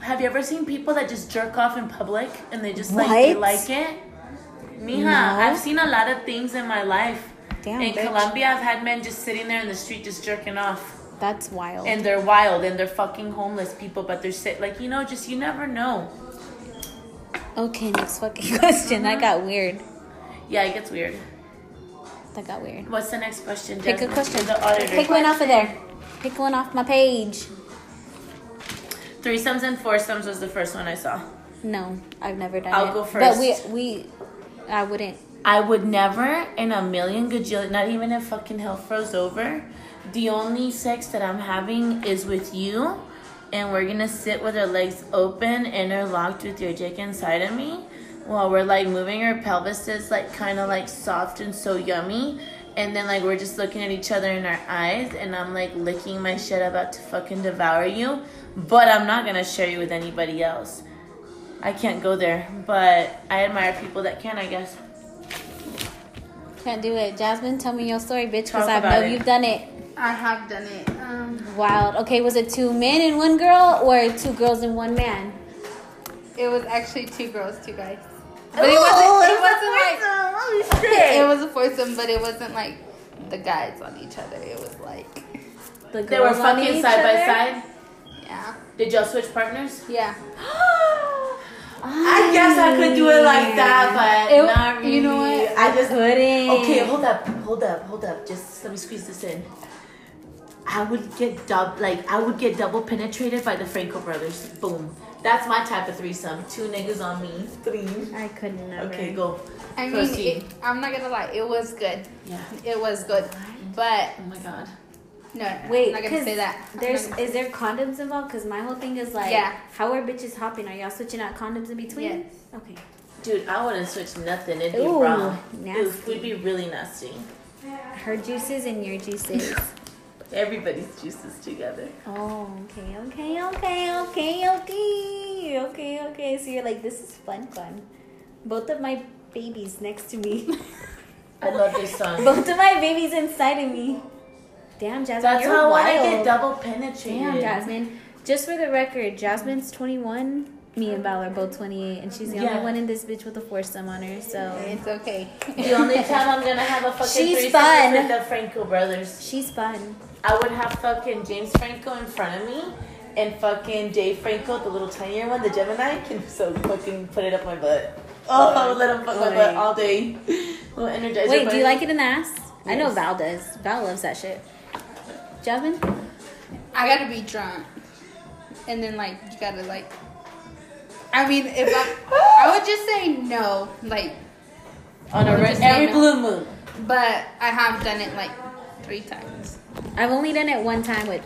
Speaker 2: Have you ever seen people that just jerk off in public and they just like they
Speaker 1: What?
Speaker 2: like it? Mija,
Speaker 1: No.
Speaker 2: I've seen a lot of things in my life.
Speaker 1: Damn,
Speaker 2: in
Speaker 1: bitch.
Speaker 2: Colombia, I've had men just sitting there in the street just jerking off.
Speaker 1: That's wild.
Speaker 2: and they're wild and they're fucking homeless people, but they're sick. Like you know, just you never know.
Speaker 1: okay, next fucking question. That got weird.
Speaker 2: Yeah, it gets weird.
Speaker 1: That got weird.
Speaker 2: What's the next question?
Speaker 1: Pick a
Speaker 2: Jasmine?
Speaker 1: question.
Speaker 2: The auditor.
Speaker 1: Pick one off of there. Pick one off my page.
Speaker 2: Threesomes and foursomes was the first one I saw.
Speaker 1: No, I've never done
Speaker 2: I'll
Speaker 1: it.
Speaker 2: go
Speaker 1: But
Speaker 2: first.
Speaker 1: we we I wouldn't.
Speaker 2: I would never in a million gajillion, not even if fucking hell froze over. The only sex that I'm having is with you, and we're gonna sit with our legs open, interlocked with your dick inside of me, while we're like moving our pelvises, like kind of like soft and so yummy. And then like we're just looking at each other in our eyes, and I'm like licking my shit about to fucking devour you, but I'm not gonna share you with anybody else. I can't go there, but I admire people that can, I guess.
Speaker 1: Can't do it. Jasmine, tell me your story, bitch, because
Speaker 2: Talk
Speaker 1: I
Speaker 2: about
Speaker 1: know
Speaker 2: it.
Speaker 1: you've done it.
Speaker 3: I have done it. Um,
Speaker 1: Wild. Okay, was it two men and one girl or two girls and one man?
Speaker 3: it was actually two girls, two guys. But it wasn't.
Speaker 2: Oh,
Speaker 3: it wasn't like. It was a foursome, but it wasn't like the guys on each other. It was like,
Speaker 1: The
Speaker 2: They were
Speaker 1: girls on
Speaker 2: fucking
Speaker 1: each
Speaker 2: side by
Speaker 1: other?
Speaker 2: side.
Speaker 3: yeah,
Speaker 2: Did y'all switch partners?
Speaker 3: yeah.
Speaker 2: I guess I could do it like that, but
Speaker 3: It-
Speaker 2: not really.
Speaker 3: you know what?
Speaker 2: I just
Speaker 1: Couldn't.
Speaker 2: okay. Hold up, hold up, hold up. Just let me squeeze this in. I would get dub like I would get double penetrated by the Franco brothers. Boom. That's my type of threesome. Two niggas on me. Three.
Speaker 1: I could never.
Speaker 2: Okay, go.
Speaker 3: I mean,
Speaker 2: Proceed.
Speaker 3: it, I'm not gonna lie, it was good.
Speaker 2: Yeah.
Speaker 3: It was good, but
Speaker 2: Oh my god.
Speaker 3: no, no,
Speaker 1: Wait,
Speaker 3: I'm not gonna
Speaker 1: 'cause
Speaker 3: say that. I'm
Speaker 1: There's
Speaker 3: not gonna-
Speaker 1: is there condoms involved? Cause my whole thing is like,
Speaker 3: Yeah.
Speaker 1: how are bitches hopping? Are y'all switching out condoms in between?
Speaker 3: Yes.
Speaker 1: Okay.
Speaker 2: Dude, I wouldn't switch nothing. It'd be
Speaker 1: Ooh,
Speaker 2: wrong.
Speaker 1: nasty.
Speaker 2: Oof, we'd be really nasty.
Speaker 1: Her juices and your juices.
Speaker 2: Everybody's juices together.
Speaker 1: oh, okay, okay, okay, okay, okay, okay, okay. So you're like, this is fun, fun. Both of my babies next to me.
Speaker 2: I love this song.
Speaker 1: Both of my babies inside of me. Damn, Jasmine,
Speaker 2: That's
Speaker 1: you're
Speaker 2: how
Speaker 1: wild.
Speaker 2: I get double penetrated.
Speaker 1: Damn, Jasmine. Just for the record, Jasmine's 21. Me and Val are both 28, and she's the
Speaker 2: Yeah.
Speaker 1: only one in this bitch with a foursome on her. So
Speaker 3: It's okay.
Speaker 2: The only time I'm gonna have a fucking
Speaker 1: She's
Speaker 2: threesome is
Speaker 1: fun.
Speaker 2: with the Franco brothers.
Speaker 1: she's fun.
Speaker 2: I would have fucking James Franco in front of me and fucking Jay Franco, the little tinier one, the Gemini, can so fucking put it up my butt. Oh, I would let him fuck my
Speaker 1: Alright.
Speaker 2: butt all day. Little energizer.
Speaker 1: Wait, do
Speaker 2: bunny.
Speaker 1: you like it in the ass? I know
Speaker 2: Yes.
Speaker 1: Val does. Val loves that shit. Jasmine,
Speaker 3: I gotta be drunk, and then like you gotta like. I mean, if I, I would just say no, like,
Speaker 2: on a
Speaker 3: Or
Speaker 2: red,
Speaker 3: just
Speaker 2: every
Speaker 3: like-
Speaker 2: blue moon?
Speaker 3: but I have done it like three times.
Speaker 1: I've only done it one time with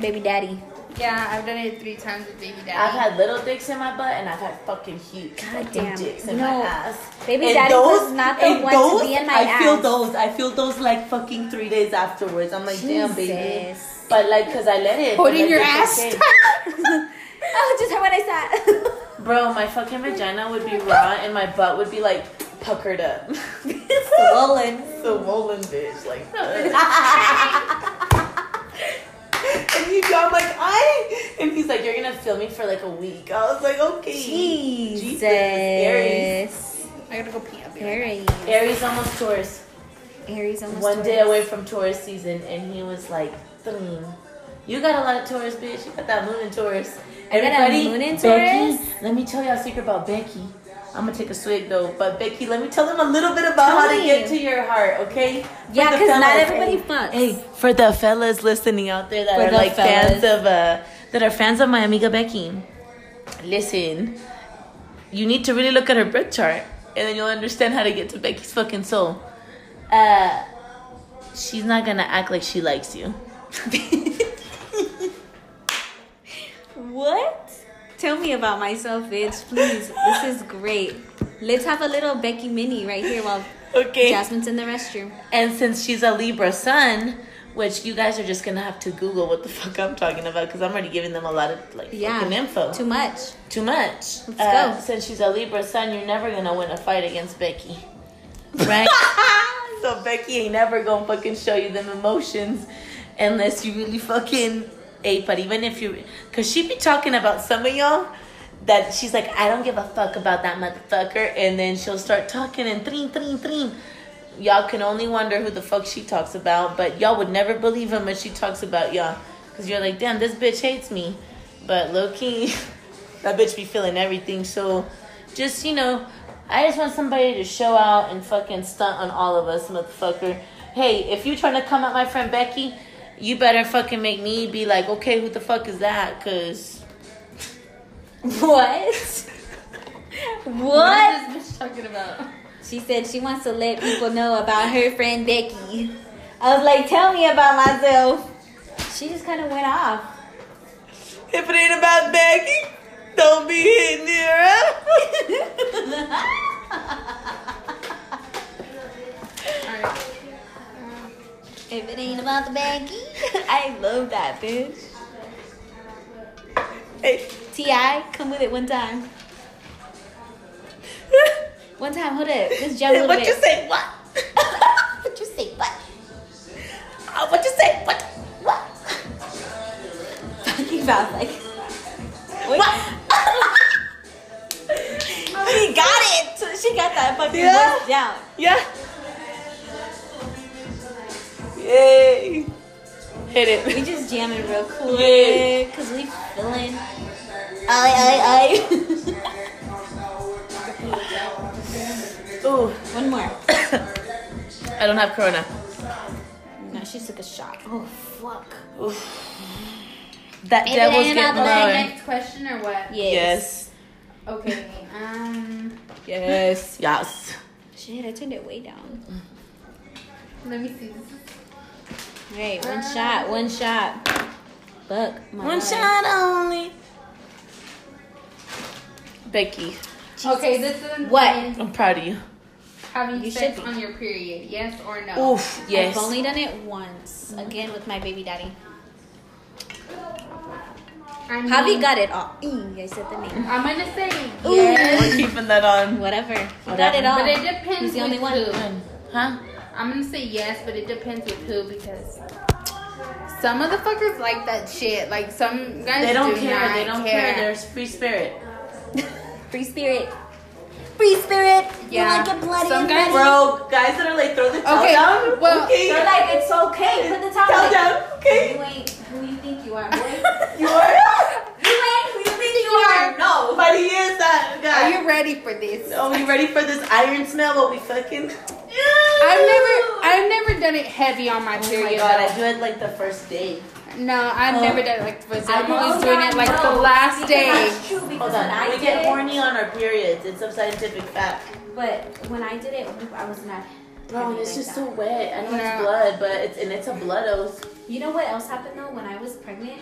Speaker 1: baby daddy.
Speaker 3: Yeah, I've done it three times with baby
Speaker 2: I've
Speaker 3: daddy.
Speaker 2: had little dicks in my butt and I've had fucking huge fucking
Speaker 1: damn.
Speaker 2: dicks in
Speaker 1: No.
Speaker 2: my ass.
Speaker 1: Baby
Speaker 2: and
Speaker 1: daddy was not the
Speaker 2: and
Speaker 1: one to
Speaker 2: those,
Speaker 1: be in my
Speaker 2: I feel
Speaker 1: ass.
Speaker 2: those. I feel those like fucking three days afterwards. I'm like, damn, baby.
Speaker 1: Jesus.
Speaker 2: But like, cause I let it.
Speaker 3: Holding
Speaker 2: Like,
Speaker 3: your
Speaker 2: it's
Speaker 3: ass.
Speaker 2: okay.
Speaker 1: oh, just how when I sat.
Speaker 2: Bro, my fucking vagina would be raw and my butt would be like puckered up.
Speaker 1: Swollen.
Speaker 2: Swollen bitch. Like, and he's I'm like, I. And he's like, you're gonna film me for like a week. I was like, okay.
Speaker 1: Jesus.
Speaker 2: Aries.
Speaker 3: I gotta go pee up here.
Speaker 1: Aries.
Speaker 2: Aries almost Taurus.
Speaker 1: Aries almost.
Speaker 2: one day
Speaker 1: Taurus.
Speaker 2: away from Taurus season, and he was like, "Boom, you got a lot of Taurus, bitch. You got that moon in Taurus.
Speaker 1: got a
Speaker 2: Everybody,
Speaker 1: moon in
Speaker 2: Becky,
Speaker 1: Taurus?
Speaker 2: let me tell y'all a secret about Becky. I'm gonna take a swig though, but Becky, let me tell them a little bit about how to
Speaker 1: Tell me.
Speaker 2: get to your heart, okay? For
Speaker 1: Yeah,
Speaker 2: the
Speaker 1: 'cause not
Speaker 2: fellas,
Speaker 1: everybody
Speaker 2: hey,
Speaker 1: fucks.
Speaker 2: Hey, for the fellas listening out there that
Speaker 1: For
Speaker 2: are
Speaker 1: the
Speaker 2: like fans
Speaker 1: fellas.
Speaker 2: of uh, that are fans of my amiga Becky, listen. you need to really look at her birth chart, and then you'll understand how to get to Becky's fucking soul. Uh, she's not gonna act like she likes you.
Speaker 1: What? Tell me about myself, bitch, please. This is great. Let's have a little Becky Mini right here while
Speaker 2: Okay.
Speaker 1: Jasmine's in the restroom.
Speaker 2: And since she's a Libra sun, which you guys are just gonna have to Google what the fuck I'm talking about because I'm already giving them a lot of like
Speaker 1: Yeah.
Speaker 2: fucking info.
Speaker 1: Too much.
Speaker 2: Too
Speaker 1: Let's
Speaker 2: much. Uh,
Speaker 1: go.
Speaker 2: Since she's a Libra sun, you're never gonna win a fight against Becky, right? so Becky ain't never gonna fucking show you them emotions unless you really fucking ape. But even if you, cause she be talking about some of y'all that she's like, I don't give a fuck about that motherfucker, and then she'll start talking and three, three, three. Y'all can only wonder who the fuck she talks about, but y'all would never believe him if she talks about y'all, cause you're like, damn, this bitch hates me. But low key, that bitch be feeling everything. So, just you know, I just want somebody to show out and fucking stunt on all of us, motherfucker. Hey, if you trying to come at my friend Becky, you better fucking make me be like, okay, who the fuck is that? Cause
Speaker 1: What? what?
Speaker 3: What is this bitch talking about?
Speaker 1: She said she wants to let people know about her friend Becky. I was like, tell me about myself. She just kind of went off.
Speaker 2: if it ain't about Becky, don't be hitting her up.
Speaker 3: Alright.
Speaker 1: If it ain't about the Becky, I love that bitch.
Speaker 2: hey,
Speaker 1: Ti, come with it one time. One time, hold up. Let's jump a little
Speaker 2: what
Speaker 1: bit.
Speaker 2: you say? What?
Speaker 1: what you say? What?
Speaker 2: Uh, what you say? What? What?
Speaker 1: Talking about like. What? she got it. She got that fucking
Speaker 2: Yeah.
Speaker 1: voice down.
Speaker 2: Yeah. Yay. Hit it.
Speaker 1: We just jamming real quick
Speaker 2: Yeah.
Speaker 1: cause we feeling. I I
Speaker 2: Ooh,
Speaker 1: I. One more.
Speaker 2: I don't have corona.
Speaker 1: No, she took a shot. Oh fuck.
Speaker 2: That
Speaker 1: Maybe
Speaker 2: devil's
Speaker 1: they
Speaker 2: getting
Speaker 1: have a
Speaker 2: lower.
Speaker 3: Next question or what?
Speaker 1: Yes.
Speaker 2: Yes.
Speaker 3: Okay. Um.
Speaker 2: Yes. Yes.
Speaker 1: Shit, I turned it way down.
Speaker 3: Let me see. This is
Speaker 1: All right, one shot. One shot. Fuck. My
Speaker 2: One
Speaker 1: God.
Speaker 2: shot only. Becky,
Speaker 3: Okay, this is
Speaker 1: What?
Speaker 2: I'm proud of you.
Speaker 3: Having
Speaker 1: You
Speaker 3: sex
Speaker 1: should be.
Speaker 3: on your period, yes or no?
Speaker 2: Oof. Yes.
Speaker 1: I've only done it once. Again with my baby daddy.
Speaker 3: I mean,
Speaker 1: Javi got it all. Ew, I said the name.
Speaker 3: I'm gonna say
Speaker 1: Ooh.
Speaker 3: yes,
Speaker 2: We're keeping that on.
Speaker 1: Whatever. He got
Speaker 2: Whatever.
Speaker 1: it all.
Speaker 3: but it depends.
Speaker 1: He's the only
Speaker 3: with
Speaker 1: one.
Speaker 3: Who.
Speaker 2: Huh?
Speaker 3: I'm gonna say yes, but it depends with who because some motherfuckers like that shit. Like some guys
Speaker 2: They don't
Speaker 3: do
Speaker 2: care.
Speaker 3: Not
Speaker 2: They don't care. There's free spirit.
Speaker 1: Free spirit. Free spirit.
Speaker 3: Yeah.
Speaker 1: You like it bloody
Speaker 3: Some
Speaker 1: and
Speaker 3: guys-
Speaker 1: muddy.
Speaker 2: Bro, guys that are like throw the towel
Speaker 3: Okay,
Speaker 2: down.
Speaker 3: well,
Speaker 2: okay.
Speaker 1: They're like, it's okay. Put the towel
Speaker 2: towel
Speaker 1: down.
Speaker 2: down. Okay.
Speaker 1: You ain't who you think you are, boy. you ain't
Speaker 2: You are.
Speaker 1: who you think you are. No.
Speaker 2: Nobody is that
Speaker 3: Are
Speaker 2: guy.
Speaker 3: you ready for this?
Speaker 2: Are you ready for this iron smell? What we fucking?
Speaker 3: I've never, I've never done it heavy on my
Speaker 2: Oh my
Speaker 3: period.
Speaker 2: god,
Speaker 3: though.
Speaker 2: I do it like the first day.
Speaker 3: No, I've
Speaker 1: Oh.
Speaker 3: never done it like the first day. I'm
Speaker 1: know
Speaker 3: always doing
Speaker 1: that,
Speaker 3: it like the
Speaker 1: no,
Speaker 3: last
Speaker 1: because
Speaker 3: day.
Speaker 1: That's true because
Speaker 2: Hold
Speaker 1: when I
Speaker 2: on, we
Speaker 1: did
Speaker 2: get
Speaker 1: it-
Speaker 2: horny on our periods. It's a scientific fact.
Speaker 1: But when I did it, I was not.
Speaker 2: Bro, and
Speaker 1: heavy
Speaker 2: it's
Speaker 1: like
Speaker 2: just
Speaker 1: that.
Speaker 2: so wet. I know
Speaker 3: Yeah.
Speaker 2: it's blood, but it's and it's a blood oath.
Speaker 1: You know what else happened though? When I was pregnant,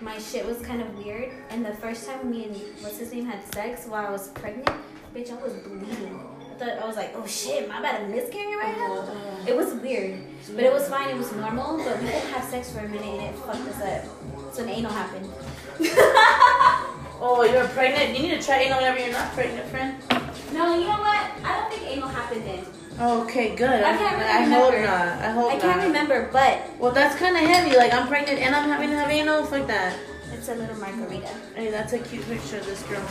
Speaker 1: my shit was kind of weird. And the first time me and what's his name had sex while I was pregnant, bitch, I was bleeding. I thought I was like, oh shit, am I about to miscarry right now? It was weird, but it was fine. It was normal. But we didn't have sex for a minute, and it fucked us up. That's when anal happened.
Speaker 2: Oh, you're pregnant. You need to try anal whenever you're not pregnant, friend.
Speaker 1: No, you know what? I don't think anal happened then.
Speaker 2: Okay, good.
Speaker 1: I can't really
Speaker 2: I hope
Speaker 1: remember.
Speaker 2: not. I hope
Speaker 1: I can't
Speaker 2: not.
Speaker 1: remember, but
Speaker 2: Well, that's kind of heavy. Like I'm pregnant and I'm having to have anal. Fuck that.
Speaker 1: it's a little margarita.
Speaker 2: Hey, that's a cute picture of this girl.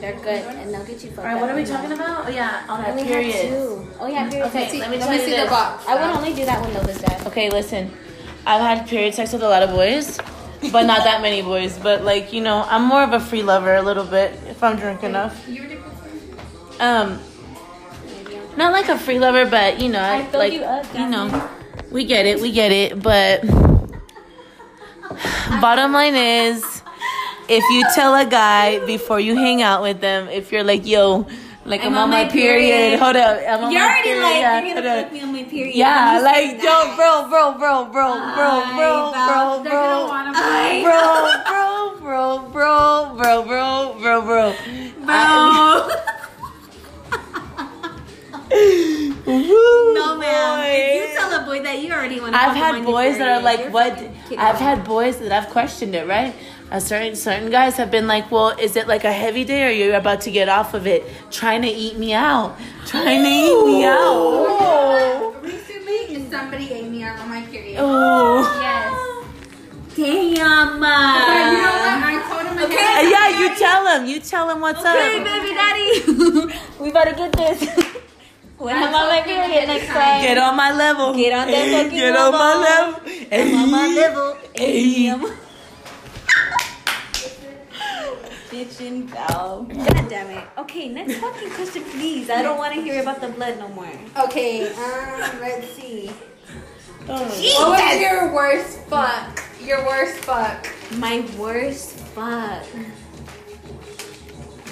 Speaker 1: They're good, and they'll get you fucked
Speaker 2: All right, what are we talking about? Oh yeah, on our
Speaker 1: Only
Speaker 2: periods.
Speaker 1: had two. Oh yeah, period.
Speaker 2: Okay,
Speaker 3: See,
Speaker 2: let me
Speaker 3: let
Speaker 2: tell
Speaker 3: me
Speaker 2: you
Speaker 3: see the
Speaker 2: this.
Speaker 3: box.
Speaker 1: I would only do that one though, this dad.
Speaker 2: Okay, listen. I've had period sex with a lot of boys, but not that many boys. But like you know, I'm more of a free lover a little bit if I'm drunk enough.
Speaker 3: You ready for some?
Speaker 2: Um, not like a free lover, but you know,
Speaker 1: I
Speaker 2: I,
Speaker 1: filled
Speaker 2: like
Speaker 1: you up,
Speaker 2: know, we get it, we get it. But bottom line is, if you tell a guy before you hang out with them, if you're like, yo, like I'm, on, my, period. Hold up, I'm on
Speaker 1: You're
Speaker 2: my
Speaker 1: already
Speaker 2: period.
Speaker 1: like,
Speaker 2: yeah,
Speaker 1: you're
Speaker 2: hold
Speaker 1: gonna
Speaker 2: up.
Speaker 1: put me on my period.
Speaker 2: Yeah,
Speaker 1: You
Speaker 2: like
Speaker 1: said
Speaker 2: yo,
Speaker 1: that.
Speaker 2: bro, bro, bro, bro, bro,
Speaker 1: I
Speaker 2: bro, bro,
Speaker 1: felt-
Speaker 3: They're gonna
Speaker 2: bro.
Speaker 3: want
Speaker 1: I-
Speaker 3: to
Speaker 2: Bro, bro, bro, bro, bro, bro, bro, bro.
Speaker 1: Bro.
Speaker 2: Woo,
Speaker 1: No, ma'am. If
Speaker 2: boy.
Speaker 1: you tell a boy that you already want to
Speaker 2: I've had boys that are like, what? I've
Speaker 1: had.
Speaker 2: had boys that I've questioned it, right? A certain certain guys have been like, well, is it like a heavy day or you're about to get off of it? Trying to eat me out, trying to eat me out.
Speaker 3: Recently, somebody ate me out on my period.
Speaker 2: Oh.
Speaker 3: Yes.
Speaker 1: Damn.
Speaker 3: But you know
Speaker 1: uh,
Speaker 3: what? I told him
Speaker 1: Okay.
Speaker 3: again.
Speaker 2: Yeah, you tell him. You tell him what's
Speaker 1: Okay,
Speaker 2: up.
Speaker 1: baby daddy. we better get this. when I'm on my period next time.
Speaker 2: Get on my level.
Speaker 1: Get on that fucking
Speaker 2: Get on my
Speaker 1: level.
Speaker 2: level.
Speaker 1: I'm on my level.
Speaker 2: Hey.
Speaker 1: Damn. Bitchin' foul. God damn it. Okay, next fucking question, please. I don't want to hear about the blood no more.
Speaker 3: Okay. Um, let's see.
Speaker 2: Oh.
Speaker 3: What was your worst fuck? Your worst fuck.
Speaker 1: My worst fuck.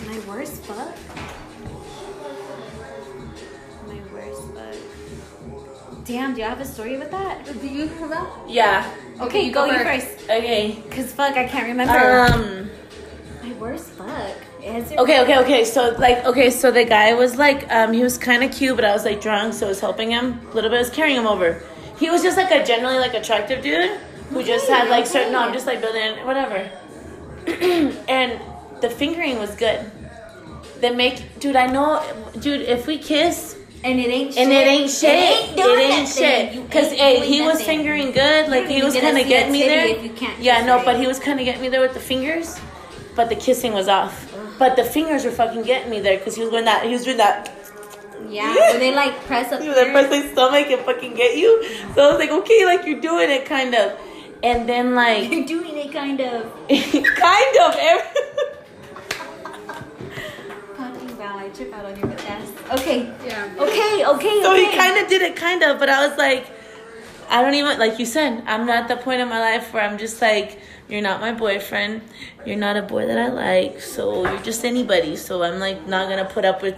Speaker 1: My worst fuck? My worst fuck. Damn, do you have a story with that?
Speaker 3: Do you have that?
Speaker 2: Yeah.
Speaker 1: Okay,
Speaker 3: you
Speaker 1: go,
Speaker 3: go
Speaker 1: you
Speaker 3: first.
Speaker 1: first.
Speaker 2: Okay.
Speaker 1: Cause fuck, I can't remember.
Speaker 2: Um.
Speaker 1: My worst fuck. Is there-
Speaker 2: Okay, okay, okay. So like, okay, so the guy was like, um, he was kind of cute, but I was like drunk, so I was helping him a little bit. I was carrying him over. He was just like a generally like attractive dude who just had like certain. No, I'm just like building whatever. and the fingering was good. They make, dude. I know, dude. If we kiss
Speaker 1: And it ain't shit.
Speaker 2: and it ain't shit, it ain't,
Speaker 1: doing nothing. You
Speaker 2: shit. Cause
Speaker 1: ain't
Speaker 2: hey,
Speaker 1: doing
Speaker 2: he was
Speaker 1: nothing.
Speaker 2: fingering good. Like
Speaker 1: don't
Speaker 2: he
Speaker 1: even
Speaker 2: was
Speaker 1: get to
Speaker 2: kind of
Speaker 1: see
Speaker 2: getting
Speaker 1: a
Speaker 2: me
Speaker 1: titty
Speaker 2: there.
Speaker 1: if you can't
Speaker 2: yeah,
Speaker 1: kiss
Speaker 2: no,
Speaker 1: her.
Speaker 2: but he was kind of getting me there with the fingers, but the kissing was off. But the fingers were fucking getting me there because he was doing that. He was doing that.
Speaker 1: Yeah, when they like press up.
Speaker 2: He was like press my stomach and fucking get you. So I was like, okay, like you're doing it, kind of. And then like,
Speaker 1: You're doing it kind of.
Speaker 2: kind of. every-
Speaker 1: Fucking wow, I trip out on your ass. Okay.
Speaker 3: Yeah.
Speaker 1: Okay, okay,
Speaker 2: So
Speaker 1: okay.
Speaker 2: he kind of did it, kind of, but I was like, I don't even, like you said, I'm not at the point in my life where I'm just like, you're not my boyfriend. You're not a boy that I like. So you're just anybody. So I'm like, not gonna put up with,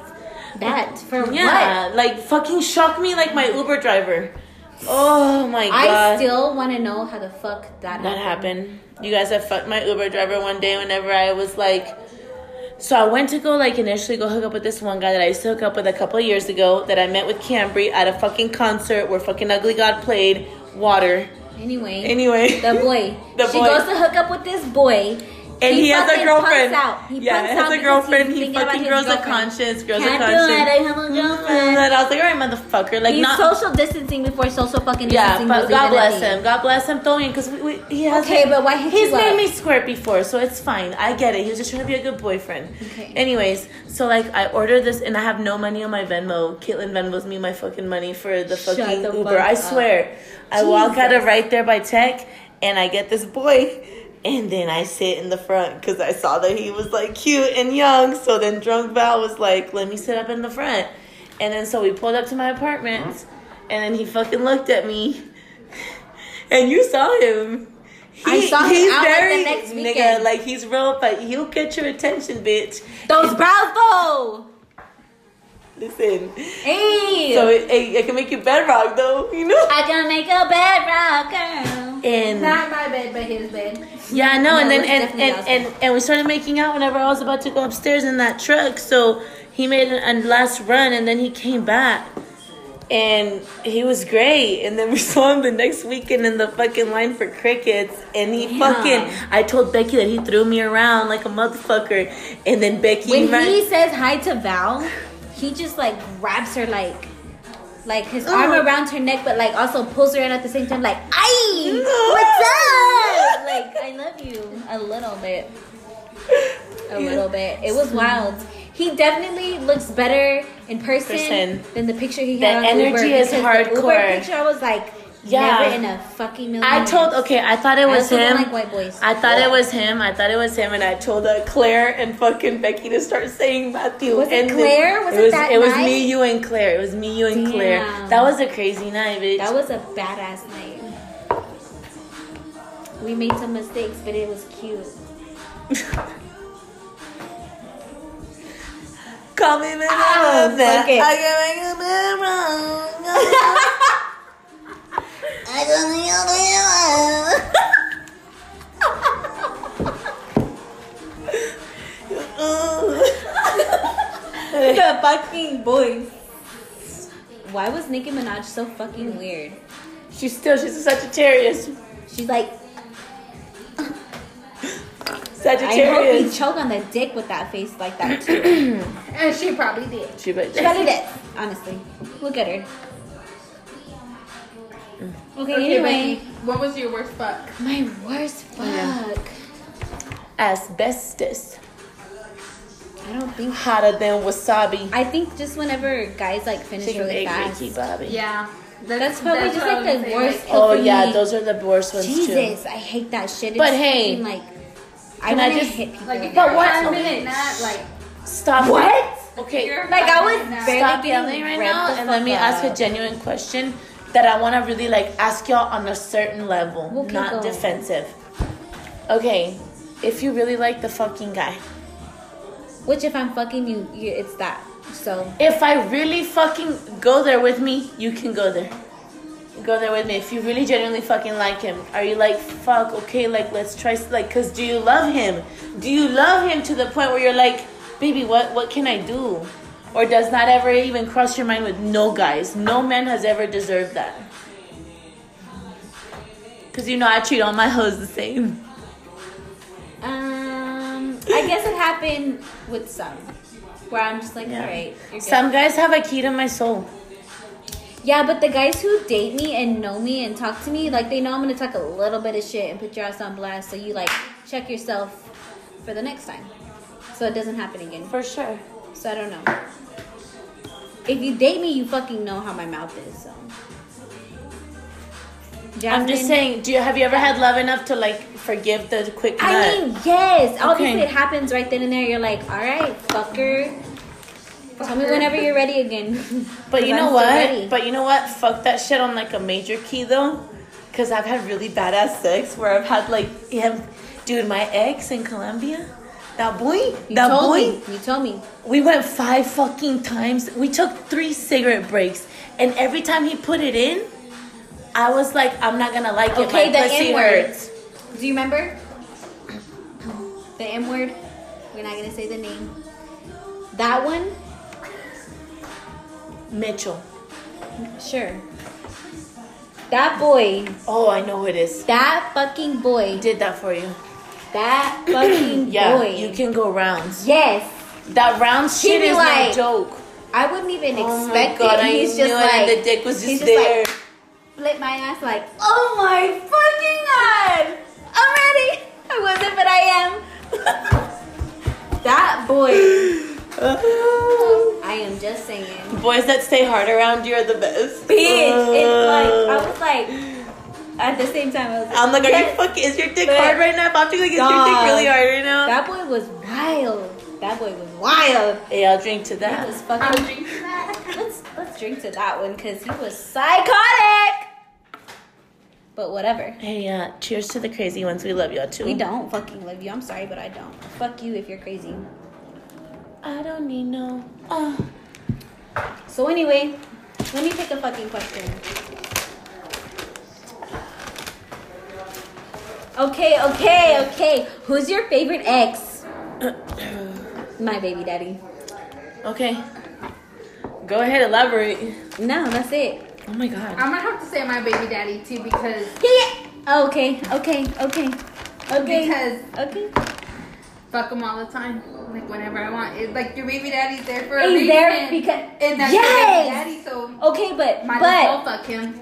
Speaker 1: That for what?
Speaker 2: yeah, like fucking shock me like my Uber driver. Oh my god.
Speaker 1: I still want to know how the fuck that
Speaker 2: That
Speaker 1: happened.
Speaker 2: happened. You guys have fucked my Uber driver one day whenever I was like. So I went to go like initially go hook up with this one guy that I used to hook up with a couple of years ago that I met with Cambry at a fucking concert where fucking Ugly God played Water.
Speaker 1: Anyway,
Speaker 2: Anyway.
Speaker 1: the boy.
Speaker 2: The
Speaker 1: she
Speaker 2: boy.
Speaker 1: goes to hook up with this boy.
Speaker 2: and he, has a
Speaker 1: fucking
Speaker 2: girlfriend.
Speaker 1: Punks out. He
Speaker 2: yeah,
Speaker 1: punks out
Speaker 2: he has a
Speaker 1: because
Speaker 2: girlfriend.
Speaker 1: he's
Speaker 2: He
Speaker 1: thinking about
Speaker 2: fucking
Speaker 1: his
Speaker 2: grows a
Speaker 1: girlfriend.
Speaker 2: conscience. Grows
Speaker 1: Can't
Speaker 2: a
Speaker 1: do it.
Speaker 2: conscience.
Speaker 1: I have a girlfriend.
Speaker 2: And I was like, all right, motherfucker. Like
Speaker 1: He's
Speaker 2: not.
Speaker 1: social distancing before social fucking
Speaker 2: yeah,
Speaker 1: distancing.
Speaker 2: but
Speaker 1: was
Speaker 2: God
Speaker 1: even a
Speaker 2: bless
Speaker 1: thing.
Speaker 2: him. God bless him, Tony, because we, we, he has.
Speaker 1: Okay, but why hit
Speaker 2: He's
Speaker 1: you
Speaker 2: made
Speaker 1: up?
Speaker 2: me squirt before, so it's fine. I get it. He was just trying to be a good boyfriend.
Speaker 1: Okay.
Speaker 2: Anyways, so like I ordered this and I have no money on my Venmo. Caitlin Venmo's me my fucking money for the
Speaker 1: Shut
Speaker 2: fucking
Speaker 1: the
Speaker 2: Uber.
Speaker 1: fuck
Speaker 2: I
Speaker 1: up.
Speaker 2: swear. I walk out of
Speaker 1: Jesus.
Speaker 2: right there by Tech, and I get this boy. And then I sit in the front because I saw that he was like cute and young. So then drunk Val was like, "Let me sit up in the front." And then so we pulled up to my apartment,
Speaker 1: Mm-hmm.
Speaker 2: and then he fucking looked at me, and you saw him.
Speaker 1: I saw him out, like, the next
Speaker 2: nigga,
Speaker 1: weekend.
Speaker 2: like he's real, but he'll get your attention, bitch.
Speaker 1: Those bravo.
Speaker 2: Listen,
Speaker 1: Hey.
Speaker 2: so it, it, it can make you bedrock though, you know.
Speaker 1: I can make a bed rock girl.
Speaker 2: And
Speaker 3: Not my bed, but his bed.
Speaker 2: Yeah, no, and
Speaker 1: No,
Speaker 2: then
Speaker 1: it's
Speaker 2: and,
Speaker 1: definitely
Speaker 2: and,
Speaker 1: awesome.
Speaker 2: and, and we started making out whenever I was about to go upstairs in that truck. So he made a a last run and then he came back. And he was great. And then we saw him the next weekend in the fucking line for crickets. And he
Speaker 1: Damn.
Speaker 2: fucking, I told Becky that he threw me around like a motherfucker. And then Becky,
Speaker 1: When
Speaker 2: ran-
Speaker 1: he says hi to Val, he just like grabs her like like his arm
Speaker 2: Ugh.
Speaker 1: around her neck, but like also pulls her in at the same time, like, ay,
Speaker 2: No.
Speaker 1: what's up? Like, I love you a little bit, a little bit. It was wild. He definitely looks better in person,
Speaker 2: Person.
Speaker 1: than the picture he
Speaker 2: The
Speaker 1: had. on
Speaker 2: energy
Speaker 1: Uber,
Speaker 2: is
Speaker 1: because the Uber
Speaker 2: hardcore.
Speaker 1: picture, I was like,
Speaker 2: Yeah.
Speaker 1: never in a fucking million.
Speaker 2: I told,
Speaker 1: years.
Speaker 2: okay, I thought it
Speaker 1: I
Speaker 2: was
Speaker 1: also don't
Speaker 2: him.
Speaker 1: like white boys.
Speaker 2: I thought it was him. I thought it was him, and I told uh, Claire and fucking Becky to start saying Matthew.
Speaker 1: Was it
Speaker 2: and then-
Speaker 1: Claire? Was it
Speaker 2: was,
Speaker 1: that
Speaker 2: It was
Speaker 1: night?
Speaker 2: me, you, and Claire. It was me, you, and Claire.
Speaker 1: Damn.
Speaker 2: That was a crazy night, bitch.
Speaker 1: That was a badass night. We made some mistakes, but it was cute.
Speaker 2: Call me Manolo.
Speaker 1: Ah, fuck it.
Speaker 2: I can make a man wrong. I don't need
Speaker 1: the fucking voice. Why was Nicki Minaj so fucking weird?
Speaker 2: She's still, she's a Sagittarius.
Speaker 1: She's like, I hope you
Speaker 2: Sagittarius.
Speaker 1: choke on the dick with that face like that too.
Speaker 3: And Eh, she probably did.
Speaker 2: She bet
Speaker 1: she probably did. Honestly, look at her. Okay, anyway,
Speaker 3: Becky, what was your worst fuck?
Speaker 1: my worst fuck.
Speaker 2: Asbestos.
Speaker 1: I don't think.
Speaker 2: Hotter than wasabi.
Speaker 1: I think just whenever guys like finish
Speaker 2: Chicken
Speaker 1: really
Speaker 2: egg,
Speaker 1: fast.
Speaker 2: Ricky Bobby.
Speaker 3: Yeah.
Speaker 1: That's probably just
Speaker 3: what I
Speaker 1: like
Speaker 3: would
Speaker 1: the
Speaker 3: say,
Speaker 1: worst
Speaker 3: like,
Speaker 2: Oh
Speaker 1: for
Speaker 2: yeah,
Speaker 1: me.
Speaker 2: those are the worst ones
Speaker 1: Jesus, I hate that shit. It's
Speaker 2: But hey,
Speaker 1: fucking, like I
Speaker 2: can I
Speaker 1: want to
Speaker 2: just-
Speaker 1: hit people.
Speaker 3: Like, if
Speaker 2: But
Speaker 3: you're
Speaker 2: what-
Speaker 3: five minute nap, like,
Speaker 2: too. Stop.
Speaker 1: What?
Speaker 2: Okay.
Speaker 3: you're
Speaker 1: Like,
Speaker 3: five
Speaker 1: I was
Speaker 3: minute nap.
Speaker 1: very-
Speaker 2: Stop
Speaker 1: getting
Speaker 2: yelling right
Speaker 1: ripped
Speaker 2: now
Speaker 1: the
Speaker 2: and let
Speaker 1: fuck
Speaker 2: me ask a
Speaker 1: up.
Speaker 2: genuine question that I want to really like ask y'all on a certain level,
Speaker 1: We'll keep
Speaker 2: not
Speaker 1: going.
Speaker 2: defensive. Okay, if you really like the fucking guy,
Speaker 1: Which if I'm fucking you, you it's that. So
Speaker 2: if I really fucking go there with me, you can go there. Go there with me. If you really genuinely fucking like him, are you like fuck? Okay, like let's try. s- Like, cause do you love him? Do you love him to the point where you're like, baby, what what can I do? Or does not ever even cross your mind with no guys? No man has ever deserved that. Cause you know I treat all my hoes the same.
Speaker 1: um, I guess it happened with some where I'm just like,
Speaker 2: Yeah.
Speaker 1: all right, you're good.
Speaker 2: Some guys have a key to my soul.
Speaker 1: Yeah, but the guys who date me and know me and talk to me, like they know I'm gonna talk a little bit of shit and put your ass on blast. So you like check yourself for the next time, so it doesn't happen again.
Speaker 2: For sure.
Speaker 1: So I don't know. If you date me, you fucking know how my mouth is. So.
Speaker 2: I'm just
Speaker 1: Jasmine?
Speaker 2: saying, do you have you ever had love enough to like forgive the quick nut?
Speaker 1: I mean, yes. Obviously,
Speaker 2: Okay.
Speaker 1: it happens right then and there. You're like, all right, fucker. Tell me whenever you're ready again.
Speaker 2: but
Speaker 1: 'Cause
Speaker 2: you
Speaker 1: I'm
Speaker 2: know
Speaker 1: still
Speaker 2: what?
Speaker 1: ready.
Speaker 2: But you know what? Fuck that shit on like a major key though, because I've had really badass sex where I've had like him, dude, my ex in Colombia, that boy,
Speaker 1: you
Speaker 2: that
Speaker 1: told
Speaker 2: boy.
Speaker 1: me. You told me.
Speaker 2: We went five fucking times. We took three cigarette breaks, and every time he put it in, I was like, I'm not gonna like it.
Speaker 1: Okay,
Speaker 2: My
Speaker 1: the
Speaker 2: pussy
Speaker 1: N word.
Speaker 2: hurts.
Speaker 1: Do you remember the M word? We're not gonna say the name. That one,
Speaker 2: Mitchell.
Speaker 1: sure. That boy,
Speaker 2: Oh, I know who it is.
Speaker 1: that fucking boy,
Speaker 2: Did that for you.
Speaker 1: that fucking
Speaker 2: Yeah,
Speaker 1: boy.
Speaker 2: you can go rounds.
Speaker 1: Yes.
Speaker 2: That round shit
Speaker 1: be
Speaker 2: is
Speaker 1: like-
Speaker 2: no joke.
Speaker 1: I wouldn't even
Speaker 2: Oh my
Speaker 1: expect
Speaker 2: God,
Speaker 1: it.
Speaker 2: I
Speaker 1: He's
Speaker 2: knew
Speaker 1: just
Speaker 2: it,
Speaker 1: like
Speaker 2: and the dick was
Speaker 1: he's
Speaker 2: just there.
Speaker 1: Like, flip my ass like, oh my fucking god! I'm ready. I wasn't, but I am. that boy. I am just saying,
Speaker 2: Boys that stay hard around you are the best. Uh,
Speaker 1: bitch. It's like I was like, at the same time, I was.
Speaker 2: I'm like, are you
Speaker 1: that-
Speaker 2: fucking? Is your dick
Speaker 1: But-
Speaker 2: hard right now? If I'm thinking, like, is your dick
Speaker 1: Dog.
Speaker 2: really hard right now?
Speaker 1: That boy was wild. That boy was wild.
Speaker 2: hey, I'll drink to
Speaker 1: He
Speaker 2: that.
Speaker 1: was
Speaker 3: I'm
Speaker 1: fucking.
Speaker 3: drinking
Speaker 2: Um,
Speaker 3: that.
Speaker 1: Let's let's drink to that one because he was psychotic. But whatever.
Speaker 2: Hey, uh, cheers to the crazy ones. We love y'all too.
Speaker 1: We don't fucking love you. I'm sorry, but I don't. Fuck you if you're crazy.
Speaker 2: I don't need no. Uh,
Speaker 1: So anyway, let me pick a fucking question. Okay, okay, okay. Who's your favorite ex? My baby daddy.
Speaker 2: okay. Go ahead, elaborate.
Speaker 1: No, that's it.
Speaker 2: Oh my god.
Speaker 3: I'm gonna have to say my baby daddy too because
Speaker 1: Yeah, yeah. Okay, okay, okay, okay,
Speaker 3: because
Speaker 1: okay.
Speaker 3: fuck them all the time, like whenever I want. It's like your baby daddy's there for a
Speaker 1: He's
Speaker 3: reason.
Speaker 1: there because
Speaker 3: and that's
Speaker 1: yes.
Speaker 3: your baby daddy, so
Speaker 1: Okay, but
Speaker 3: might as
Speaker 1: but
Speaker 3: well fuck him.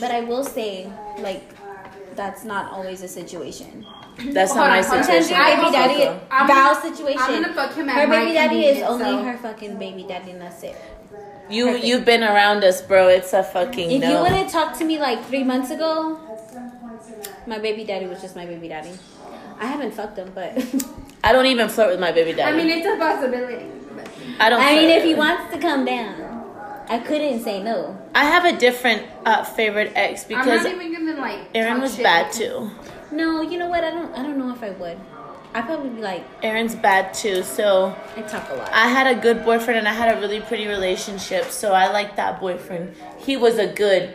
Speaker 1: but I will say like that's not always a situation.
Speaker 2: That's
Speaker 3: Hold
Speaker 2: not my
Speaker 3: on, hold on.
Speaker 1: Sometimes
Speaker 2: situation.
Speaker 1: your
Speaker 3: I
Speaker 1: baby
Speaker 3: also-
Speaker 1: daddy
Speaker 3: I'm
Speaker 1: vow
Speaker 3: gonna-
Speaker 1: situation.
Speaker 3: I'm gonna fuck him at
Speaker 1: her
Speaker 3: my
Speaker 1: baby daddy is
Speaker 3: convenience,
Speaker 1: only
Speaker 3: so-
Speaker 1: her fucking baby daddy, and that's it.
Speaker 2: You
Speaker 1: Perfect.
Speaker 2: you've been around us, bro. It's a fucking
Speaker 1: If you
Speaker 2: no.
Speaker 1: would have talked to me like three months ago, my baby daddy was just my baby daddy. I haven't fucked him, but
Speaker 2: I don't even flirt with my baby
Speaker 3: I
Speaker 2: daddy.
Speaker 3: mean, it's a possibility. but-
Speaker 2: I don't.
Speaker 1: I mean,
Speaker 2: flirt.
Speaker 1: if he wants to come down, I couldn't say no.
Speaker 2: I have a different uh, favorite ex
Speaker 3: I'm
Speaker 2: because
Speaker 3: not even gonna like.
Speaker 2: Aaron
Speaker 3: talk
Speaker 2: was
Speaker 3: shit.
Speaker 2: bad too.
Speaker 1: No, you know what? I don't. I don't know if I would. I probably be like,
Speaker 2: Aaron's bad too. So
Speaker 1: I talk a lot.
Speaker 2: I had a good boyfriend and I had a really pretty relationship. So I liked that boyfriend. He was a good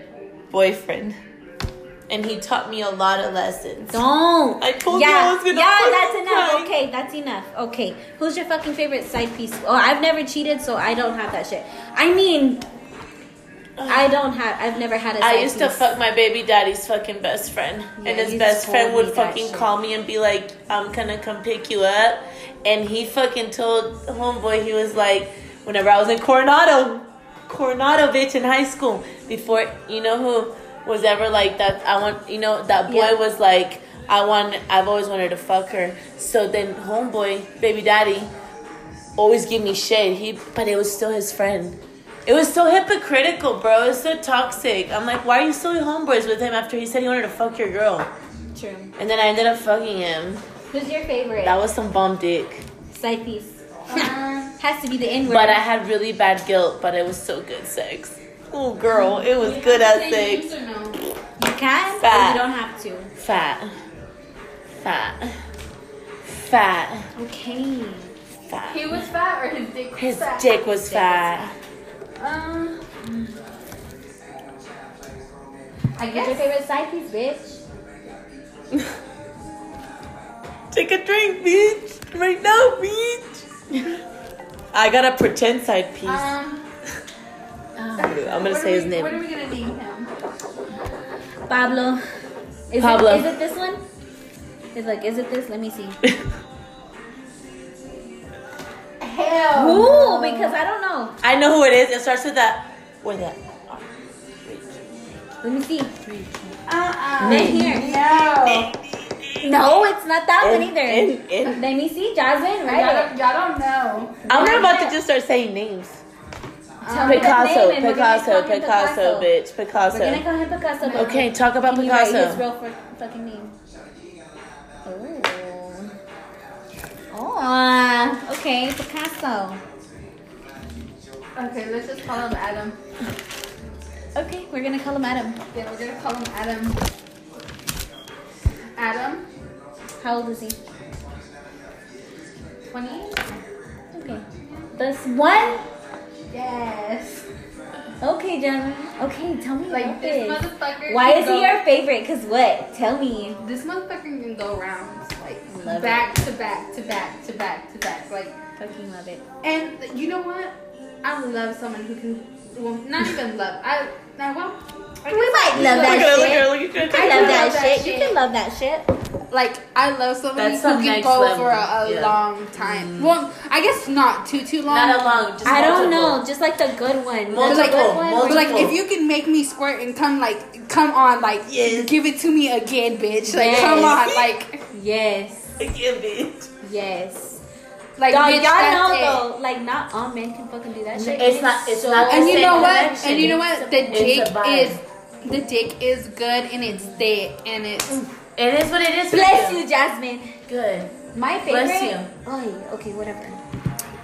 Speaker 2: boyfriend. And he taught me a lot of lessons.
Speaker 1: Don't.
Speaker 2: I told you I was gonna
Speaker 1: Yeah,
Speaker 2: fucking
Speaker 1: that's enough.
Speaker 2: cry.
Speaker 1: Okay, that's enough. Okay, who's your fucking favorite side piece? Oh, I've never cheated, so I don't have that shit. I mean, I don't have. I've never had a
Speaker 2: Uh, I
Speaker 1: side
Speaker 2: used to
Speaker 1: piece.
Speaker 2: fuck my baby daddy's fucking best friend.
Speaker 1: Yeah,
Speaker 2: and his
Speaker 1: you
Speaker 2: best
Speaker 1: told
Speaker 2: friend
Speaker 1: me
Speaker 2: would
Speaker 1: that
Speaker 2: fucking
Speaker 1: shit.
Speaker 2: call me and be like, I'm gonna come pick you up. And he fucking told homeboy, he was like, whenever I was in Coronado, Coronado bitch in high school, before, you know who was ever like that, I want, you know, that boy
Speaker 1: Yeah.
Speaker 2: was like, I want, I've always wanted to fuck her. So then homeboy, baby daddy, always give me shade. He, but it was still his friend. It was so hypocritical, bro. It was so toxic. I'm like, why are you still homeboys with him after he said he wanted to fuck your girl?
Speaker 1: True.
Speaker 2: And then I ended up fucking him.
Speaker 1: Who's your favorite
Speaker 2: That was some bomb dick.
Speaker 1: side piece? Has to be the N word.
Speaker 2: But I had really bad guilt, but it was so good sex. Oh, girl, it was good at sex.
Speaker 3: No?
Speaker 1: you can, but
Speaker 2: Fat.
Speaker 1: you don't have to.
Speaker 2: Fat. Fat. Fat.
Speaker 1: Okay.
Speaker 2: Fat.
Speaker 3: He was fat or his dick was
Speaker 2: His
Speaker 3: fat?
Speaker 2: dick was fat.
Speaker 3: Um, I
Speaker 1: Who's your
Speaker 3: guess.
Speaker 1: favorite side piece, bitch?
Speaker 2: Take a drink, bitch. Right now, bitch. I got a pretend side piece.
Speaker 3: Um,
Speaker 2: I'm gonna
Speaker 3: what
Speaker 2: say
Speaker 3: are
Speaker 2: his
Speaker 3: we- What are
Speaker 2: name.
Speaker 3: we gonna name him?
Speaker 1: Pablo. Is
Speaker 2: Pablo.
Speaker 1: It, is it this one? Is like, is it this? Let me see.
Speaker 3: Hell.
Speaker 1: Ooh, because I don't know.
Speaker 2: I know who it is. It starts with that. With that.
Speaker 1: Let me see.
Speaker 3: Uh-uh.
Speaker 1: Right here.
Speaker 3: No.
Speaker 1: No, it's not that one
Speaker 2: In-
Speaker 1: either.
Speaker 2: in- in.
Speaker 1: Let me see, Jasmine.
Speaker 3: Y'all
Speaker 1: Right?
Speaker 3: don't, y'all don't know.
Speaker 2: I'm not about to just start saying names.
Speaker 1: Tell me the
Speaker 2: Picasso,
Speaker 1: name and we're gonna
Speaker 2: Picasso,
Speaker 1: call him
Speaker 2: Picasso, bitch,
Speaker 1: We're gonna
Speaker 2: Picasso.
Speaker 1: call him Picasso. but
Speaker 2: Okay, talk about
Speaker 1: can you write His
Speaker 2: Picasso.
Speaker 1: real fu- fucking name. Oh. Oh. Okay, Picasso.
Speaker 3: Okay, let's just call him Adam.
Speaker 1: Okay, we're gonna call him Adam.
Speaker 3: Yeah, we're gonna call him Adam. Adam,
Speaker 1: How old is he?
Speaker 3: 20?
Speaker 1: Okay. This one.
Speaker 3: Yes.
Speaker 1: Okay, Jasmine. Okay, tell me
Speaker 3: Like
Speaker 1: about
Speaker 3: this
Speaker 1: this.
Speaker 3: motherfucker.
Speaker 1: Why
Speaker 3: can
Speaker 1: is
Speaker 3: go-
Speaker 1: he your favorite? Cause what? Tell me.
Speaker 3: This motherfucker can go rounds, like
Speaker 1: Love it.
Speaker 3: back to back to back to back to back, like.
Speaker 1: Fucking love it.
Speaker 3: And you know what? I love someone who can. Well, not even love. I. I well. I
Speaker 1: We
Speaker 3: guess-
Speaker 1: might love
Speaker 2: Look
Speaker 1: that
Speaker 2: at her, look
Speaker 1: shit.
Speaker 2: at her, look at
Speaker 1: I
Speaker 2: her.
Speaker 1: love
Speaker 3: I
Speaker 1: that,
Speaker 3: love that
Speaker 1: shit. You
Speaker 3: shit.
Speaker 1: can love that shit.
Speaker 3: Like I love someone
Speaker 2: That's some
Speaker 3: who can
Speaker 2: next
Speaker 3: go
Speaker 2: level,
Speaker 3: for a, a
Speaker 2: yeah.
Speaker 3: long
Speaker 1: Mm.
Speaker 3: time. Well, I guess not too too long.
Speaker 2: Not alone. Just
Speaker 1: I don't
Speaker 2: multiple.
Speaker 1: know. Just like the good one.
Speaker 3: But
Speaker 1: The
Speaker 3: like,
Speaker 1: good one.
Speaker 2: multiple.
Speaker 3: but like, if you can make me squirt and come, like, come on, like,
Speaker 2: Yes.
Speaker 3: give it to me again, bitch. Like,
Speaker 1: Yes.
Speaker 3: come on, like,
Speaker 1: Yes.
Speaker 2: Yeah, bitch.
Speaker 1: Yes.
Speaker 3: like,
Speaker 1: Dog, y'all
Speaker 3: bitch,
Speaker 1: know
Speaker 3: that's it.
Speaker 1: though, like not all men can fucking do that shit.
Speaker 2: It's not- it's not the
Speaker 3: And you
Speaker 2: Same
Speaker 3: know what?
Speaker 2: connection.
Speaker 3: And you know what? The
Speaker 2: It's a
Speaker 3: dick
Speaker 2: vibe.
Speaker 3: is, the dick is good and it's thick and it's.
Speaker 2: It is what it is.
Speaker 1: Bless you, Jasmine.
Speaker 2: Good.
Speaker 1: My favorite.
Speaker 2: Bless you.
Speaker 1: Oh, okay, whatever.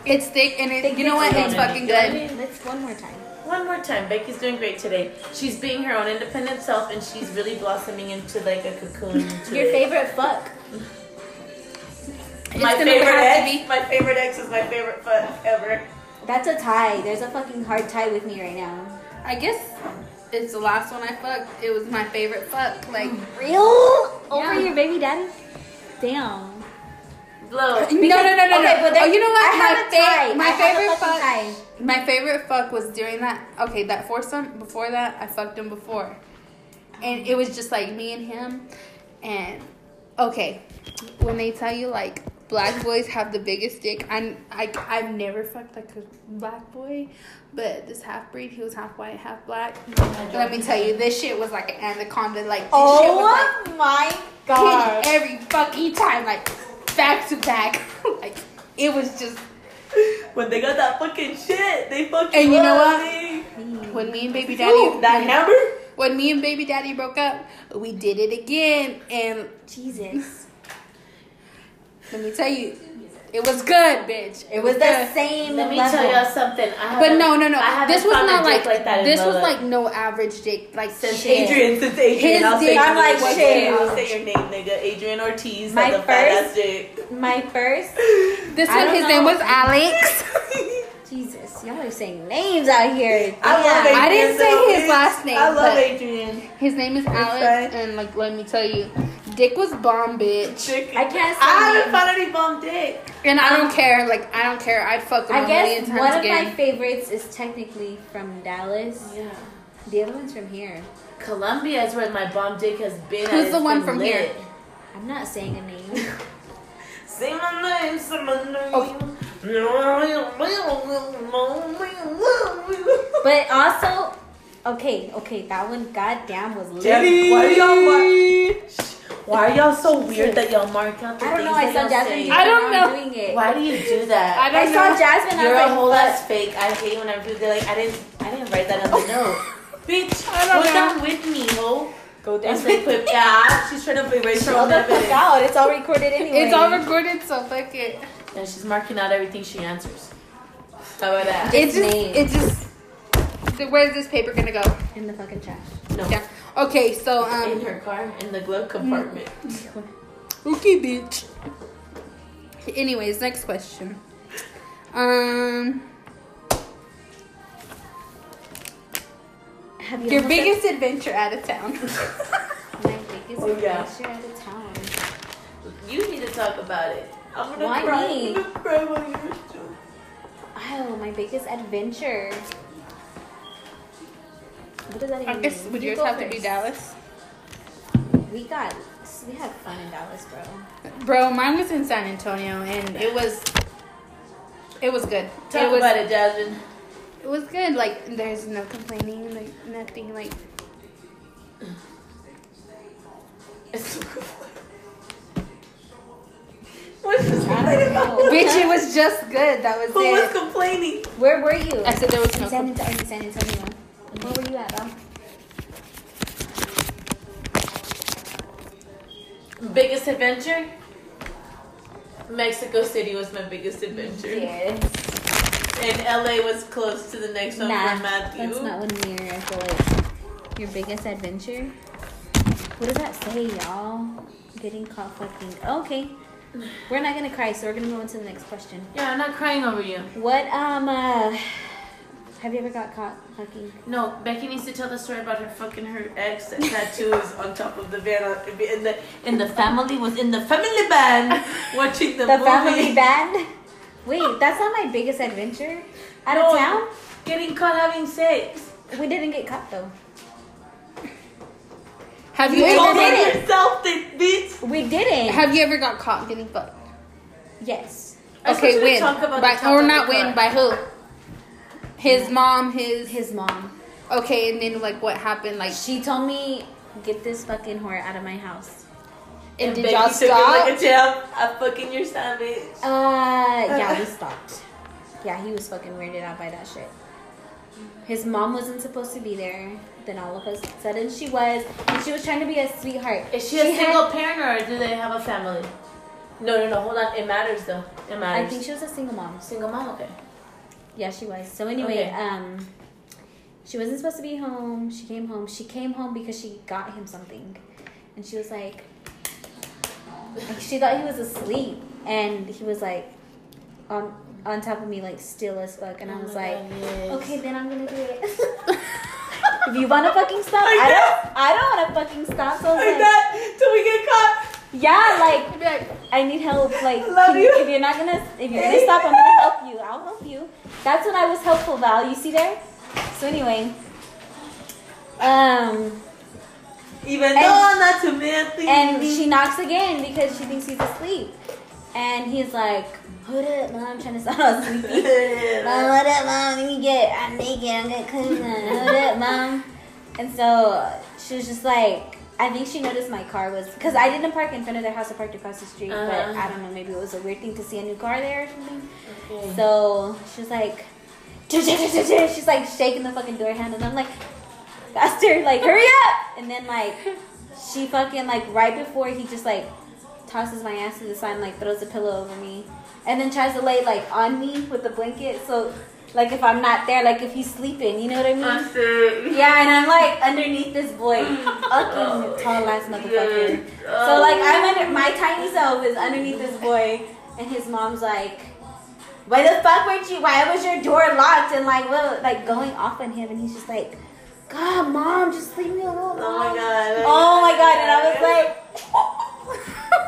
Speaker 3: It's thick and it.
Speaker 1: Thick
Speaker 3: You know what?
Speaker 1: dick's
Speaker 3: It's
Speaker 1: good.
Speaker 3: fucking good.
Speaker 1: Let's one more time.
Speaker 2: One more time. Becky's doing great today. She's being her own independent self, and she's really blossoming into like a cocoon. into
Speaker 1: Your
Speaker 2: it.
Speaker 1: favorite fuck.
Speaker 3: It's
Speaker 2: My
Speaker 3: gonna
Speaker 2: favorite
Speaker 3: have to
Speaker 2: ex. My favorite ex is my favorite foot ever.
Speaker 1: That's a tie. There's a fucking hard tie with me right now.
Speaker 3: be- I guess it's the last one I fucked. It was my favorite fuck. Like,
Speaker 1: Real? Over
Speaker 3: Yeah.
Speaker 1: your baby daddy? Damn.
Speaker 2: Blow.
Speaker 3: no, no, no, no,
Speaker 1: okay,
Speaker 3: no.
Speaker 1: But there,
Speaker 3: oh, you know what?
Speaker 1: I
Speaker 3: my
Speaker 1: have a tie.
Speaker 3: fa- my
Speaker 1: I have a
Speaker 3: favorite
Speaker 1: fucking
Speaker 3: fuck.
Speaker 1: tie.
Speaker 3: My favorite fuck was during that. Okay, that foursome. Before that, I fucked him before, and it was just like me and him. And okay, when they tell you like black boys have the biggest dick, I'm I I've never fucked like a black boy, but this half breed, he was half white, half black. Let me tell you, this shit was like an anaconda. Like this shit was like
Speaker 1: Oh my god.
Speaker 3: hit every fucking time, like back to back. like it was just
Speaker 2: When they got that fucking shit, they fucking.
Speaker 3: And you know
Speaker 2: love
Speaker 3: what?
Speaker 2: me.
Speaker 3: when me and baby daddy
Speaker 2: Ooh, that hammer.
Speaker 3: When me and baby daddy broke up, we did it again. And
Speaker 1: Jesus.
Speaker 3: let me tell you, It was good, bitch. It,
Speaker 1: It was the
Speaker 3: good.
Speaker 1: same
Speaker 2: Let me
Speaker 1: level.
Speaker 2: tell y'all something. I
Speaker 3: But
Speaker 2: haven't-
Speaker 3: no, no, no.
Speaker 2: I haven't
Speaker 3: This was
Speaker 2: found a
Speaker 3: not
Speaker 2: dick
Speaker 3: like,
Speaker 2: like that. in
Speaker 3: This was
Speaker 2: Lola.
Speaker 3: like no average dick. Like
Speaker 2: Since
Speaker 3: shit.
Speaker 2: Adrian, since Adrian,
Speaker 3: His
Speaker 2: I'll say
Speaker 3: dick
Speaker 2: your
Speaker 1: I'm like,
Speaker 2: name.
Speaker 1: shit.
Speaker 2: I'll say your name, nigga. Adrian Ortiz.
Speaker 1: My
Speaker 2: My the first
Speaker 1: first-
Speaker 2: dick.
Speaker 1: My first,
Speaker 3: This
Speaker 1: I
Speaker 3: one,
Speaker 1: don't
Speaker 3: his
Speaker 1: know.
Speaker 3: name was Alex.
Speaker 1: Jesus, y'all are saying names out here.
Speaker 2: I love
Speaker 1: Damn.
Speaker 2: Adrian.
Speaker 3: I didn't say
Speaker 2: so
Speaker 3: his
Speaker 2: much.
Speaker 3: last name,
Speaker 2: I love
Speaker 3: but-
Speaker 2: Adrian.
Speaker 3: His name is Alex,
Speaker 2: fine.
Speaker 3: and like, let me tell you, dick was bomb, bitch.
Speaker 2: Dick.
Speaker 1: I can't say
Speaker 2: I
Speaker 1: names.
Speaker 2: haven't found any bum dick.
Speaker 3: And I don't care. Like, I don't care. I'd fuck him a
Speaker 1: I
Speaker 3: million
Speaker 1: guess
Speaker 3: times
Speaker 1: one of
Speaker 3: again.
Speaker 1: my favorites is technically from Dallas.
Speaker 2: Yeah.
Speaker 1: The other one's from here.
Speaker 2: Colombia is where my bomb dick has been.
Speaker 3: Who's
Speaker 2: and
Speaker 3: the
Speaker 2: it's
Speaker 3: one
Speaker 2: been
Speaker 3: from
Speaker 2: lit.
Speaker 3: here?
Speaker 1: I'm not saying a name.
Speaker 2: Say my name, say my name.
Speaker 3: Oh.
Speaker 1: But also, okay, okay, that one goddamn was lit.
Speaker 2: Jenny, why are y'all mar- Why are y'all so weird that y'all mark out the
Speaker 1: I don't know. I
Speaker 2: things
Speaker 1: saw
Speaker 2: that y'all
Speaker 1: Jasmine.
Speaker 2: say?
Speaker 1: doing
Speaker 3: I
Speaker 1: it
Speaker 3: don't
Speaker 1: while I'm
Speaker 3: know.
Speaker 1: Doing it.
Speaker 2: Why do you do
Speaker 3: I
Speaker 2: that?
Speaker 1: I
Speaker 3: don't
Speaker 1: saw
Speaker 3: know.
Speaker 1: Jasmine.
Speaker 2: You're
Speaker 1: I
Speaker 2: a whole
Speaker 1: was like,
Speaker 2: ass fake. I hate when I do that. Like I didn't, I didn't write that on the note. Oh. Bitch,
Speaker 3: I don't
Speaker 2: go
Speaker 3: know.
Speaker 2: down with me, ho.
Speaker 1: go
Speaker 2: That's like, put- yeah, Ah, she's trying to erase her
Speaker 1: Shut
Speaker 2: own
Speaker 1: the fuck
Speaker 2: evidence.
Speaker 1: out. It's all recorded anyway.
Speaker 3: It's all recorded, so fuck it.
Speaker 2: And she's marking out everything she answers. How about that?
Speaker 3: It just,
Speaker 1: name.
Speaker 3: it just. th- Where's this paper gonna go?
Speaker 1: in the fucking trash.
Speaker 2: No.
Speaker 3: Yeah. Okay, so
Speaker 2: In
Speaker 3: um.
Speaker 2: her car, in the glove compartment.
Speaker 3: Okay, bitch. Anyways, next question. Um,
Speaker 1: Have you
Speaker 3: your
Speaker 1: ever
Speaker 3: biggest adventure out of town.
Speaker 1: Been, my biggest
Speaker 2: Oh, yeah.
Speaker 1: adventure out of town.
Speaker 2: You need to talk about it. I'm gonna
Speaker 1: Why
Speaker 2: cry.
Speaker 1: me?
Speaker 2: I'm gonna cry while you're still.
Speaker 1: Oh, my biggest adventure. What does that even
Speaker 3: I guess
Speaker 1: mean?
Speaker 3: would
Speaker 1: You
Speaker 3: yours
Speaker 1: go
Speaker 3: have to be
Speaker 1: first.
Speaker 3: Dallas?
Speaker 1: We got, we had fun in Dallas, bro.
Speaker 3: Bro, mine was in San Antonio, and it was, it was good.
Speaker 2: Talk
Speaker 3: it was,
Speaker 2: about it, Jasmine.
Speaker 3: It was good. Like there's no complaining. Like nothing. Like
Speaker 2: It's so good. What's this complaining about?
Speaker 1: know.
Speaker 3: bitch, it was just good. That was
Speaker 2: Who was
Speaker 3: it.
Speaker 2: complaining?
Speaker 1: Where were you?
Speaker 3: I said there was
Speaker 1: In
Speaker 3: no.
Speaker 1: San,
Speaker 3: compl-
Speaker 1: Anto- in San Antonio. Where were you at, bro?
Speaker 2: Biggest adventure? Mexico City was my biggest adventure.
Speaker 1: Yes.
Speaker 2: And LA was close to the next one
Speaker 1: Nah,
Speaker 2: for Matthew.
Speaker 1: that's not what near. I feel like your biggest adventure. What does that say, y'all? Getting caught fucking. Okay, we're not gonna cry, so we're gonna move on to the next question.
Speaker 2: yeah, I'm not crying over you.
Speaker 1: What um uh, have you ever got caught fucking?
Speaker 2: No, Becky needs to tell the story about her fucking her ex that tattoos on top of the van on- and the and the family was in the family van watching the,
Speaker 1: The
Speaker 2: movie.
Speaker 1: family band. Wait, that's not my biggest adventure. Out
Speaker 2: No.
Speaker 1: of town,
Speaker 2: getting caught having sex.
Speaker 1: we didn't get caught though.
Speaker 3: Have you
Speaker 2: You told
Speaker 3: ever?
Speaker 1: did
Speaker 2: me
Speaker 1: it.
Speaker 2: yourself that bitch.
Speaker 1: We didn't.
Speaker 3: Have you ever got caught getting fucked?
Speaker 1: yes,
Speaker 2: I
Speaker 3: Okay,
Speaker 2: suppose we
Speaker 3: when?
Speaker 2: talk about
Speaker 3: By,
Speaker 2: the top
Speaker 3: or
Speaker 2: of
Speaker 3: not
Speaker 2: the
Speaker 3: when?
Speaker 2: car.
Speaker 3: By who? His mom. His.
Speaker 1: his mom.
Speaker 3: Okay, and then like what happened? Like
Speaker 1: She told me get this fucking whore out of my house.
Speaker 3: and did
Speaker 2: Becky
Speaker 3: y'all
Speaker 2: took it like a
Speaker 3: stop?
Speaker 2: champ. I fucking your son, bitch.
Speaker 1: Uh, yeah, we stopped. Yeah, he was fucking weirded out by that shit. His mom wasn't supposed to be there. Then all of a sudden she was, and she was trying to be a sweetheart.
Speaker 2: Is she, a
Speaker 1: had-
Speaker 2: single parent or do they have a family? No, no, no. Hold on. It matters though. It matters.
Speaker 1: I think she was a single mom.
Speaker 2: single mom. Okay.
Speaker 1: Yeah, she was. So anyway,
Speaker 2: Okay.
Speaker 1: um, she wasn't supposed to be home. She came home. She came home because she got him something, and she was like, like, she thought he was asleep, and he was like, on on top of me like still as fuck, and I was like,
Speaker 2: Oh
Speaker 1: okay, then I'm gonna do it. if you wanna fucking stop, I,
Speaker 2: I
Speaker 1: don't. I don't wanna fucking stop. So I was
Speaker 2: Like
Speaker 1: like,
Speaker 2: that till we get caught.
Speaker 1: yeah, like
Speaker 3: I'd be like,
Speaker 1: I need help. Like,
Speaker 2: Love
Speaker 1: can-
Speaker 2: you.
Speaker 1: if you're not gonna, if you're gonna stop, I'm gonna help you. I'll help you. That's when I was helpful, Val. You see there? So anyway, um,
Speaker 2: Even
Speaker 1: And-
Speaker 2: though I'm not to Matthew.
Speaker 1: and she knocks again because she thinks he's asleep, and he's like, "Hold up, mom, I'm trying to sound all sleepy." Mom, what up, mom? Let me get. I'm naked. I'm gonna clean. What up, mom? And so she was just like, I think she noticed my car was because I didn't park in front of their house. I parked across the street, but
Speaker 2: Uh-huh.
Speaker 1: I don't know. Maybe it was a weird thing to see a new car there or something. So she was like, she's like shaking the fucking door handle. And I'm like, faster, like hurry up! And then like she fucking like right before he just like tosses my ass to the side, and, like throws a pillow over me, and then tries to lay like on me with the blanket. So, like if I'm not there, like if he's sleeping, you know what I mean?
Speaker 2: Uh-huh.
Speaker 1: Yeah, and I'm like underneath this boy, ugly tall ass motherfucker.
Speaker 2: Oh,
Speaker 1: So like
Speaker 2: Um,
Speaker 1: I'm under my tiny self is underneath this boy, and his mom's like, "Why the fuck weren't you? Why was your door locked?" And like, well, like going off on him, and he's just like, "God, mom, just leave me alone."
Speaker 2: Oh my
Speaker 1: Mom."
Speaker 2: God.
Speaker 1: Oh my god! And I was like,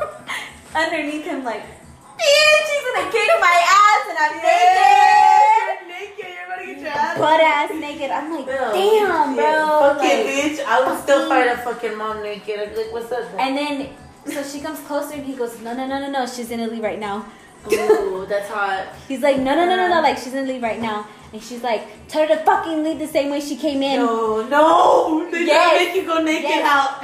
Speaker 1: underneath him, like, "Bitch, she's gonna kick my ass," and I'm naked,
Speaker 2: You're naked. You're about to get your ass.
Speaker 1: butt ass naked. I'm like,
Speaker 2: Bill.
Speaker 1: "Damn, bro!"
Speaker 2: Yeah, Fuck it,
Speaker 1: like-
Speaker 2: bitch. I would still
Speaker 1: fucking-
Speaker 2: fight a fucking mom naked. I'd be like, what's up?
Speaker 1: And then, so she comes closer and he goes, no, no, no, no, no, she's gonna leave right now.
Speaker 2: Ooh, that's hot.
Speaker 1: He's like, no, no, no, no, no, like she's gonna leave right now. And she's like, tell her to fucking leave the same way she came in.
Speaker 2: No, no. They
Speaker 1: Yes.
Speaker 2: don't make you go naked
Speaker 1: Yes.
Speaker 2: out.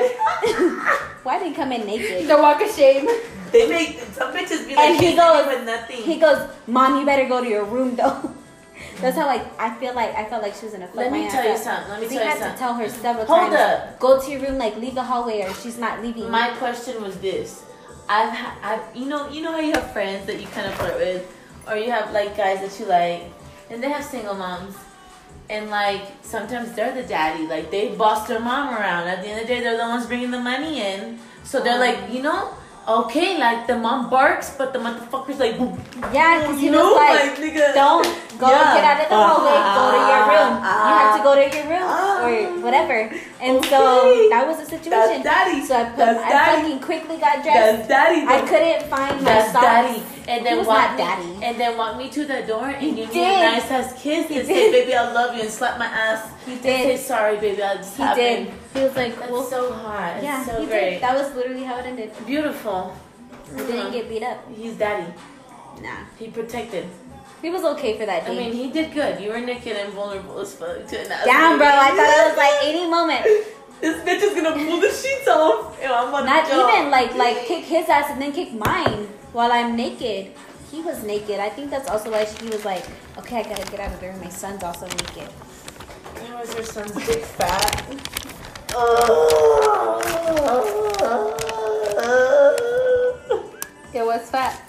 Speaker 1: Why did he come in naked?
Speaker 3: The walk of shame.
Speaker 2: they make some bitches
Speaker 1: And
Speaker 2: be like,
Speaker 1: he
Speaker 2: "She's
Speaker 1: goes-
Speaker 2: naked with nothing.
Speaker 1: He goes, mom, you better go to your room though. That's how like I feel like I felt like she was gonna fuck
Speaker 2: Let
Speaker 1: my
Speaker 2: me
Speaker 1: ass
Speaker 2: tell you
Speaker 1: up.
Speaker 2: something. Let me
Speaker 1: We
Speaker 2: tell you
Speaker 1: had to
Speaker 2: something.
Speaker 1: tell her several
Speaker 2: Hold
Speaker 1: times.
Speaker 2: up.
Speaker 1: Go to your room, like leave the hallway, or she's not leaving.
Speaker 2: My question was this: I've, ha- I've, you know, you know how you have friends that you kind of flirt with, or you have like guys that you like, and they have single moms, and like sometimes they're the daddy, like they boss their mom around. At the end of the day, they're the ones bringing the money in, so they're like, you know, okay, like the mom barks, but the motherfucker's like, boom,
Speaker 1: yeah, because he
Speaker 2: you know,
Speaker 1: was like,
Speaker 2: like, nigga,
Speaker 1: Don't go
Speaker 2: Yeah. Uh-huh.
Speaker 1: get out of the hallway. Go to your room. you have to go to your room
Speaker 2: Ah.
Speaker 1: or whatever. And
Speaker 2: Okay.
Speaker 1: so that was the
Speaker 2: that's
Speaker 1: situation.
Speaker 2: daddy,
Speaker 1: so I, put,
Speaker 2: that's
Speaker 1: I
Speaker 2: daddy,
Speaker 1: fucking quickly got dressed.
Speaker 2: that's daddy.
Speaker 1: I couldn't find my
Speaker 2: That's
Speaker 1: socks.
Speaker 2: daddy. And
Speaker 1: He
Speaker 2: then
Speaker 1: was
Speaker 2: walk
Speaker 1: not
Speaker 2: me,
Speaker 1: daddy.
Speaker 2: and then walk me to the door and give me a
Speaker 1: did.
Speaker 2: nice ass kiss and
Speaker 1: did.
Speaker 2: say, "Baby, I love you," and slap my ass.
Speaker 1: He
Speaker 2: and
Speaker 1: did.
Speaker 2: say, "Sorry, baby, I just
Speaker 1: He
Speaker 2: happened."
Speaker 1: did. He was like,
Speaker 2: That's
Speaker 1: well,
Speaker 2: so hot. It's
Speaker 1: yeah,
Speaker 2: so
Speaker 1: he
Speaker 2: great.
Speaker 1: did. That was literally how it ended.
Speaker 2: Beautiful.
Speaker 1: I didn't get beat up.
Speaker 2: He's daddy.
Speaker 1: Uh-huh. Nah,
Speaker 2: He protected.
Speaker 1: he was okay for that
Speaker 2: I
Speaker 1: day.
Speaker 2: mean, he did good. You were naked and vulnerable as fuck. To an
Speaker 1: Damn, bro. I thought it was like any moment.
Speaker 2: this bitch is gonna pull the sheets off. And I'm on
Speaker 1: Not
Speaker 2: the job.
Speaker 1: even like like kick his ass and then kick mine while I'm naked. He was naked. I think that's also why she was like, okay, I gotta get out of there. My son's also naked.
Speaker 2: It was your son's big fat. Oh.
Speaker 3: It was fat.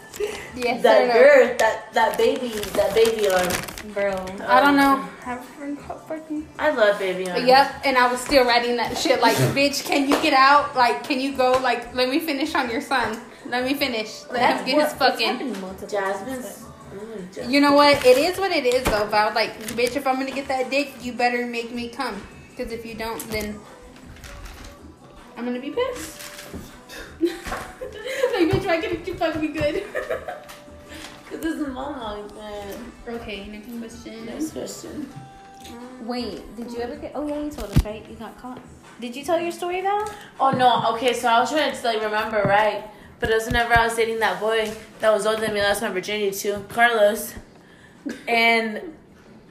Speaker 3: Yes,
Speaker 2: That
Speaker 3: sir.
Speaker 2: girl, that that baby, that baby arm.
Speaker 1: Bro.
Speaker 3: I
Speaker 2: Um,
Speaker 3: don't know. I've been caught fucking.
Speaker 2: I love baby arm.
Speaker 3: But yep, and I was still writing that shit like, bitch, can you get out? Like, can you go? Like, let me finish on your son. Let me finish. Let him get his
Speaker 1: what- it's
Speaker 3: fucking.
Speaker 1: happened multiple
Speaker 2: Jasmine's.
Speaker 1: times,
Speaker 2: Mm, Jasmine.
Speaker 3: You know what? It is what it is though. But I was like, bitch, if I'm gonna get that dick, you better make me come. Cause if you don't, then I'm gonna be pissed. like, bitch, why couldn't you fuck me good?
Speaker 2: Cause this is mom like that.
Speaker 3: okay, next question.
Speaker 2: Next question.
Speaker 1: but- Wait, did you ever get? Oh yeah, you told us right. You got caught. Did you tell your story Val?
Speaker 2: Oh no. Okay, so I was trying to like remember right, but it was whenever I was dating that boy that was older than me. I lost my virginity to Carlos, and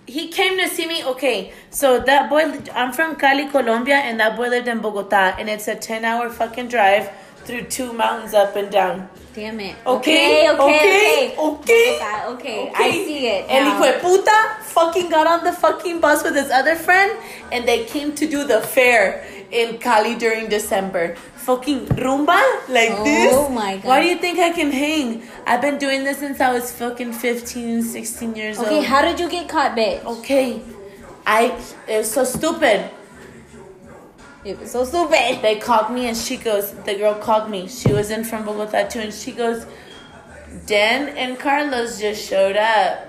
Speaker 2: he came to see me. Okay, so that boy, lived- I'm from Cali, Colombia, and that boy lived in Bogota, and it's a 10 hour fucking drive through two mountains up and down.
Speaker 1: Damn it.
Speaker 2: Okay,
Speaker 1: Okay. Okay.
Speaker 2: okay, okay.
Speaker 1: Okay. okay. I see it.
Speaker 2: And
Speaker 1: now.
Speaker 2: he quit puta fucking got on the fucking bus with his other friend and they came to do the fair in Cali during December. Fucking rumba like
Speaker 1: Oh
Speaker 2: this.
Speaker 1: my God.
Speaker 2: Why do you think I can hang? I've been doing this since I was fucking 15, 16 years
Speaker 1: Okay,
Speaker 2: old.
Speaker 1: how did you get caught, bitch?
Speaker 2: okay. I it was so stupid.
Speaker 1: It was so stupid.
Speaker 2: They called me and she goes, the girl called me. She was in from Bogota too and she goes, Dan and Carlos just showed up.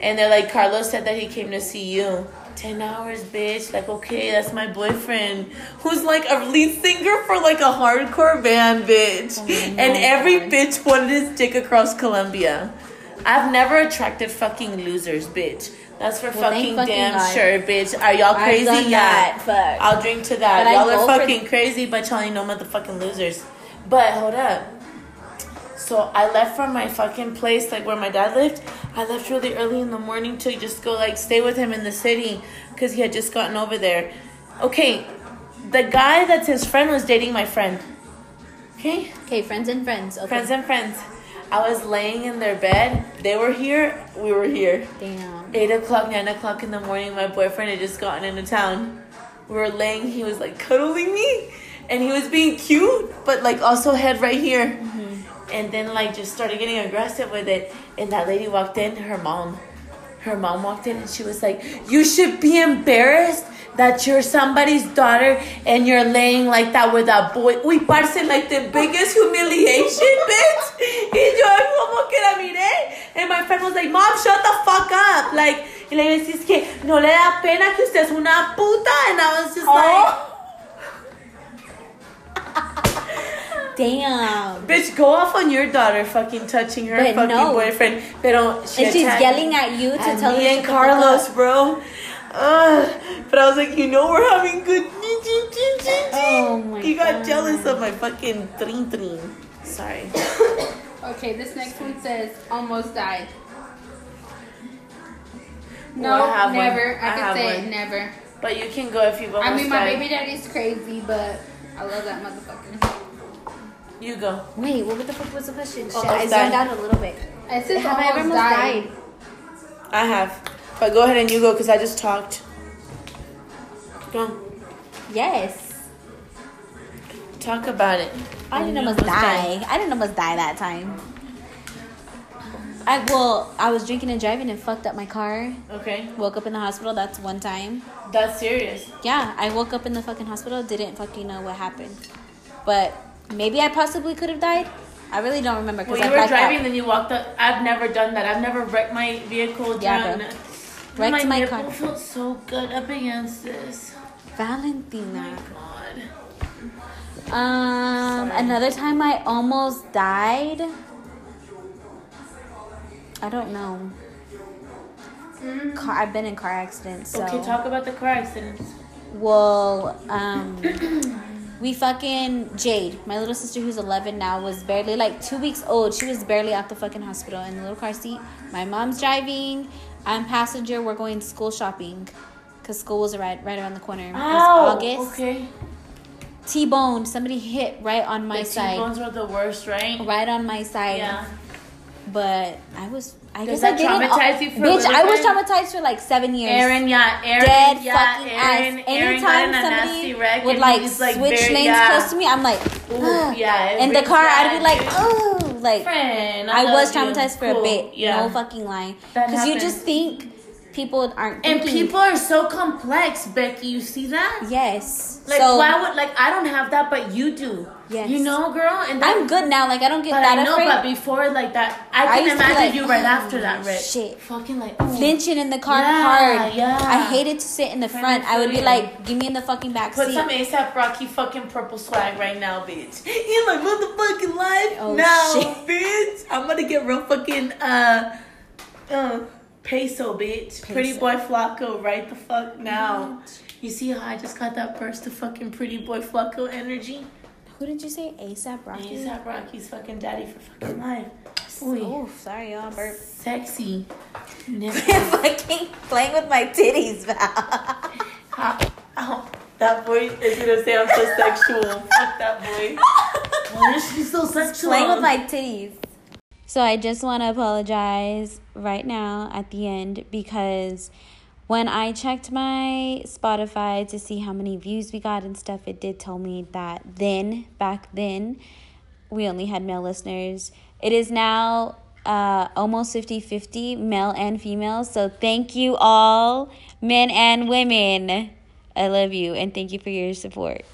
Speaker 2: And they're like, Carlos said that he came to see you. 10 hours, bitch. Like, okay, that's my boyfriend. Who's like a lead singer for like a hardcore band, bitch.
Speaker 1: Oh
Speaker 2: and every bitch wanted his dick across Colombia. I've never attracted fucking losers, bitch. That's for
Speaker 1: Well, thank
Speaker 2: fucking,
Speaker 1: fucking
Speaker 2: damn
Speaker 1: God.
Speaker 2: sure, bitch. Are y'all
Speaker 1: I've
Speaker 2: crazy?
Speaker 1: done
Speaker 2: yeah.
Speaker 1: that. Fuck.
Speaker 2: I'll drink to that.
Speaker 1: But I
Speaker 2: Y'all
Speaker 1: go
Speaker 2: are
Speaker 1: for-
Speaker 2: fucking crazy, but y'all ain't no motherfucking losers. But hold up. So I left from my fucking place, like where my dad lived. I left really early in the morning to just go like stay with him in the city because he had just gotten over there. Okay, the guy that's his friend was dating my friend. Okay,
Speaker 1: Okay, friends and friends. Okay.
Speaker 2: friends and friends. I was laying in their bed. They were here. We were here.
Speaker 1: Damn.
Speaker 2: Eight o'clock, nine o'clock in the morning, my boyfriend had just gotten into town. We were laying, he was like cuddling me, and he was being cute, but like also head right here. and then like just started getting aggressive with it. And that lady walked in, her mom, her mom walked in, and she was like, "You should be embarrassed." That you're somebody's daughter and you're laying like that with a boy. We parce like the biggest humiliation, bitch. Y yo como que la miré. And my friend was like, Mom, shut the fuck up. Like, y le decís es que no le da pena que usted es una puta. And I was just like,
Speaker 1: Oh. Damn.
Speaker 2: Bitch, go off on your daughter fucking touching her
Speaker 1: But
Speaker 2: fucking
Speaker 1: no.
Speaker 2: boyfriend. Pero she
Speaker 1: And she's
Speaker 2: attacked
Speaker 1: yelling at you to
Speaker 2: at
Speaker 1: tell
Speaker 2: me
Speaker 1: her shut
Speaker 2: and
Speaker 1: the fuck up.
Speaker 2: Carlos, bro. Ugh. But I was like, you know we're having good.
Speaker 1: Oh my
Speaker 2: You got
Speaker 1: God.
Speaker 2: jealous of my fucking tring tring. Sorry.
Speaker 3: Okay, this next one says almost died. No,
Speaker 2: Well, I have one.
Speaker 3: never. I,
Speaker 2: I
Speaker 3: could
Speaker 2: have
Speaker 3: say it
Speaker 2: one.
Speaker 3: never.
Speaker 2: But you can go if you want.
Speaker 3: I mean, my baby daddy's crazy, but I love that motherfucker.
Speaker 2: You go.
Speaker 1: Wait, what the fuck was the question? Shit,
Speaker 2: Almost
Speaker 1: I zoned
Speaker 2: died.
Speaker 1: out a little bit.
Speaker 3: It says
Speaker 1: Have I
Speaker 3: almost,
Speaker 1: ever almost
Speaker 3: died.
Speaker 1: died?
Speaker 2: I have. But go ahead and you go because I just talked. Go.
Speaker 1: Yes.
Speaker 2: Talk about it.
Speaker 1: I didn't almost die. I didn't almost die that time. I well, I was drinking and driving and fucked up my car.
Speaker 2: Okay.
Speaker 1: Woke up in the hospital. That's one time.
Speaker 2: That's serious.
Speaker 1: Yeah, I woke up in the fucking hospital. Didn't fucking know what happened. But maybe I possibly could have died. I really don't remember
Speaker 2: Well,
Speaker 1: because
Speaker 2: you
Speaker 1: I
Speaker 2: were
Speaker 1: blacked
Speaker 2: driving,
Speaker 1: out.
Speaker 2: then you walked up. I've never done that. I've never wrecked my vehicle
Speaker 1: Yeah,
Speaker 2: down.
Speaker 1: bro.
Speaker 2: my
Speaker 1: Wrecked my
Speaker 2: nipple
Speaker 1: car.
Speaker 2: felt so good up against this. Oh
Speaker 1: Valentina.
Speaker 2: God.
Speaker 1: Um,
Speaker 2: Sorry.
Speaker 1: another time I almost died. I don't know. Car, I've been in car accidents. So.
Speaker 2: Mm-hmm. Okay, talk about the car accidents.
Speaker 1: Well, um, we fucking Jade, my little sister who's 11 now, was barely like two weeks old. She was barely out the fucking hospital in the little car seat. My mom's driving. I'm passenger. We're going school shopping because school was right right around the corner. It was August.
Speaker 2: Oh, Okay.
Speaker 1: T-boned. Somebody hit right on my
Speaker 2: the
Speaker 1: side. Oh,
Speaker 2: T-bones were the worst, right?
Speaker 1: Right on my side.
Speaker 2: Yeah.
Speaker 1: But I was. I
Speaker 2: Does
Speaker 1: guess I
Speaker 2: that
Speaker 1: didn't.
Speaker 2: traumatize you for a
Speaker 1: bitch,
Speaker 2: little
Speaker 1: I was
Speaker 2: time?
Speaker 1: traumatized for like seven years.
Speaker 2: Aaron, yeah, Aaron,
Speaker 1: dead
Speaker 2: yeah,
Speaker 1: fucking
Speaker 2: Aaron,
Speaker 1: ass.
Speaker 2: Aaron got
Speaker 1: Anytime
Speaker 2: in a
Speaker 1: somebody
Speaker 2: nasty wreck
Speaker 1: would
Speaker 2: and
Speaker 1: like,
Speaker 2: he's,
Speaker 1: switch
Speaker 2: very-
Speaker 1: lanes
Speaker 2: yeah.
Speaker 1: close to me, I'm like,
Speaker 2: Ooh,
Speaker 1: "Ugh."
Speaker 2: yeah, it
Speaker 1: In the
Speaker 2: really-
Speaker 1: car, I'd
Speaker 2: yeah,
Speaker 1: be like,
Speaker 2: dude.
Speaker 1: oh, like
Speaker 2: friend.
Speaker 1: I was
Speaker 2: love you.
Speaker 1: traumatized for a
Speaker 2: Cool.
Speaker 1: bit.
Speaker 2: Yeah.
Speaker 1: No fucking lie,
Speaker 2: That
Speaker 1: because you just
Speaker 2: happens.
Speaker 1: think people aren't
Speaker 2: and
Speaker 1: thinking.
Speaker 2: people are so complex, Becky. You see that?
Speaker 1: Yes.
Speaker 2: Like
Speaker 1: so
Speaker 2: why would like I don't have that, but you do.
Speaker 1: Yes.
Speaker 2: You know, girl, and that,
Speaker 1: I'm good now. Like I don't get
Speaker 2: But
Speaker 1: that
Speaker 2: I know,
Speaker 1: afraid.
Speaker 2: but before like that, I
Speaker 1: I
Speaker 2: can
Speaker 1: used to be
Speaker 2: imagine
Speaker 1: like,
Speaker 2: you right
Speaker 1: "Oh,
Speaker 2: after that, Rick.
Speaker 1: shit."
Speaker 2: Fucking like oh.
Speaker 1: Lynching in the car
Speaker 2: Yeah,
Speaker 1: hard.
Speaker 2: yeah.
Speaker 1: I hated to sit in the
Speaker 2: Friend,
Speaker 1: front.
Speaker 2: I
Speaker 1: I would
Speaker 2: feel
Speaker 1: be
Speaker 2: you.
Speaker 1: like, give me in the fucking back
Speaker 2: Put
Speaker 1: seat.
Speaker 2: some ASAP Rocky fucking purple swag right now, bitch. In my motherfucking life
Speaker 1: Oh,
Speaker 2: now,
Speaker 1: shit.
Speaker 2: bitch. I'm gonna get real fucking uh uh peso, bitch. Pretty
Speaker 1: Peso.
Speaker 2: boy Flacco, right the fuck now. You see how I just got that burst of fucking pretty boy Flacco energy?
Speaker 1: Who did you say? ASAP Rocky.
Speaker 2: ASAP Rocky's fucking daddy for fucking life. Ooh,
Speaker 1: Oh, sorry, y'all. Burp.
Speaker 2: sexy. Nigga.
Speaker 1: fucking playing with my titties, Val.
Speaker 2: Ow, ow. That boy is gonna say I'm so sexual. Fuck that boy. Why is she so sexual?
Speaker 1: playing with my titties. So I just want to apologize right now at the end because when I checked my Spotify to see how many views we got and stuff, it did tell me that then, back then, we only had male listeners. It is now uh, almost 50 50, male and female. So thank you all, men and women. I love you and thank you for your support.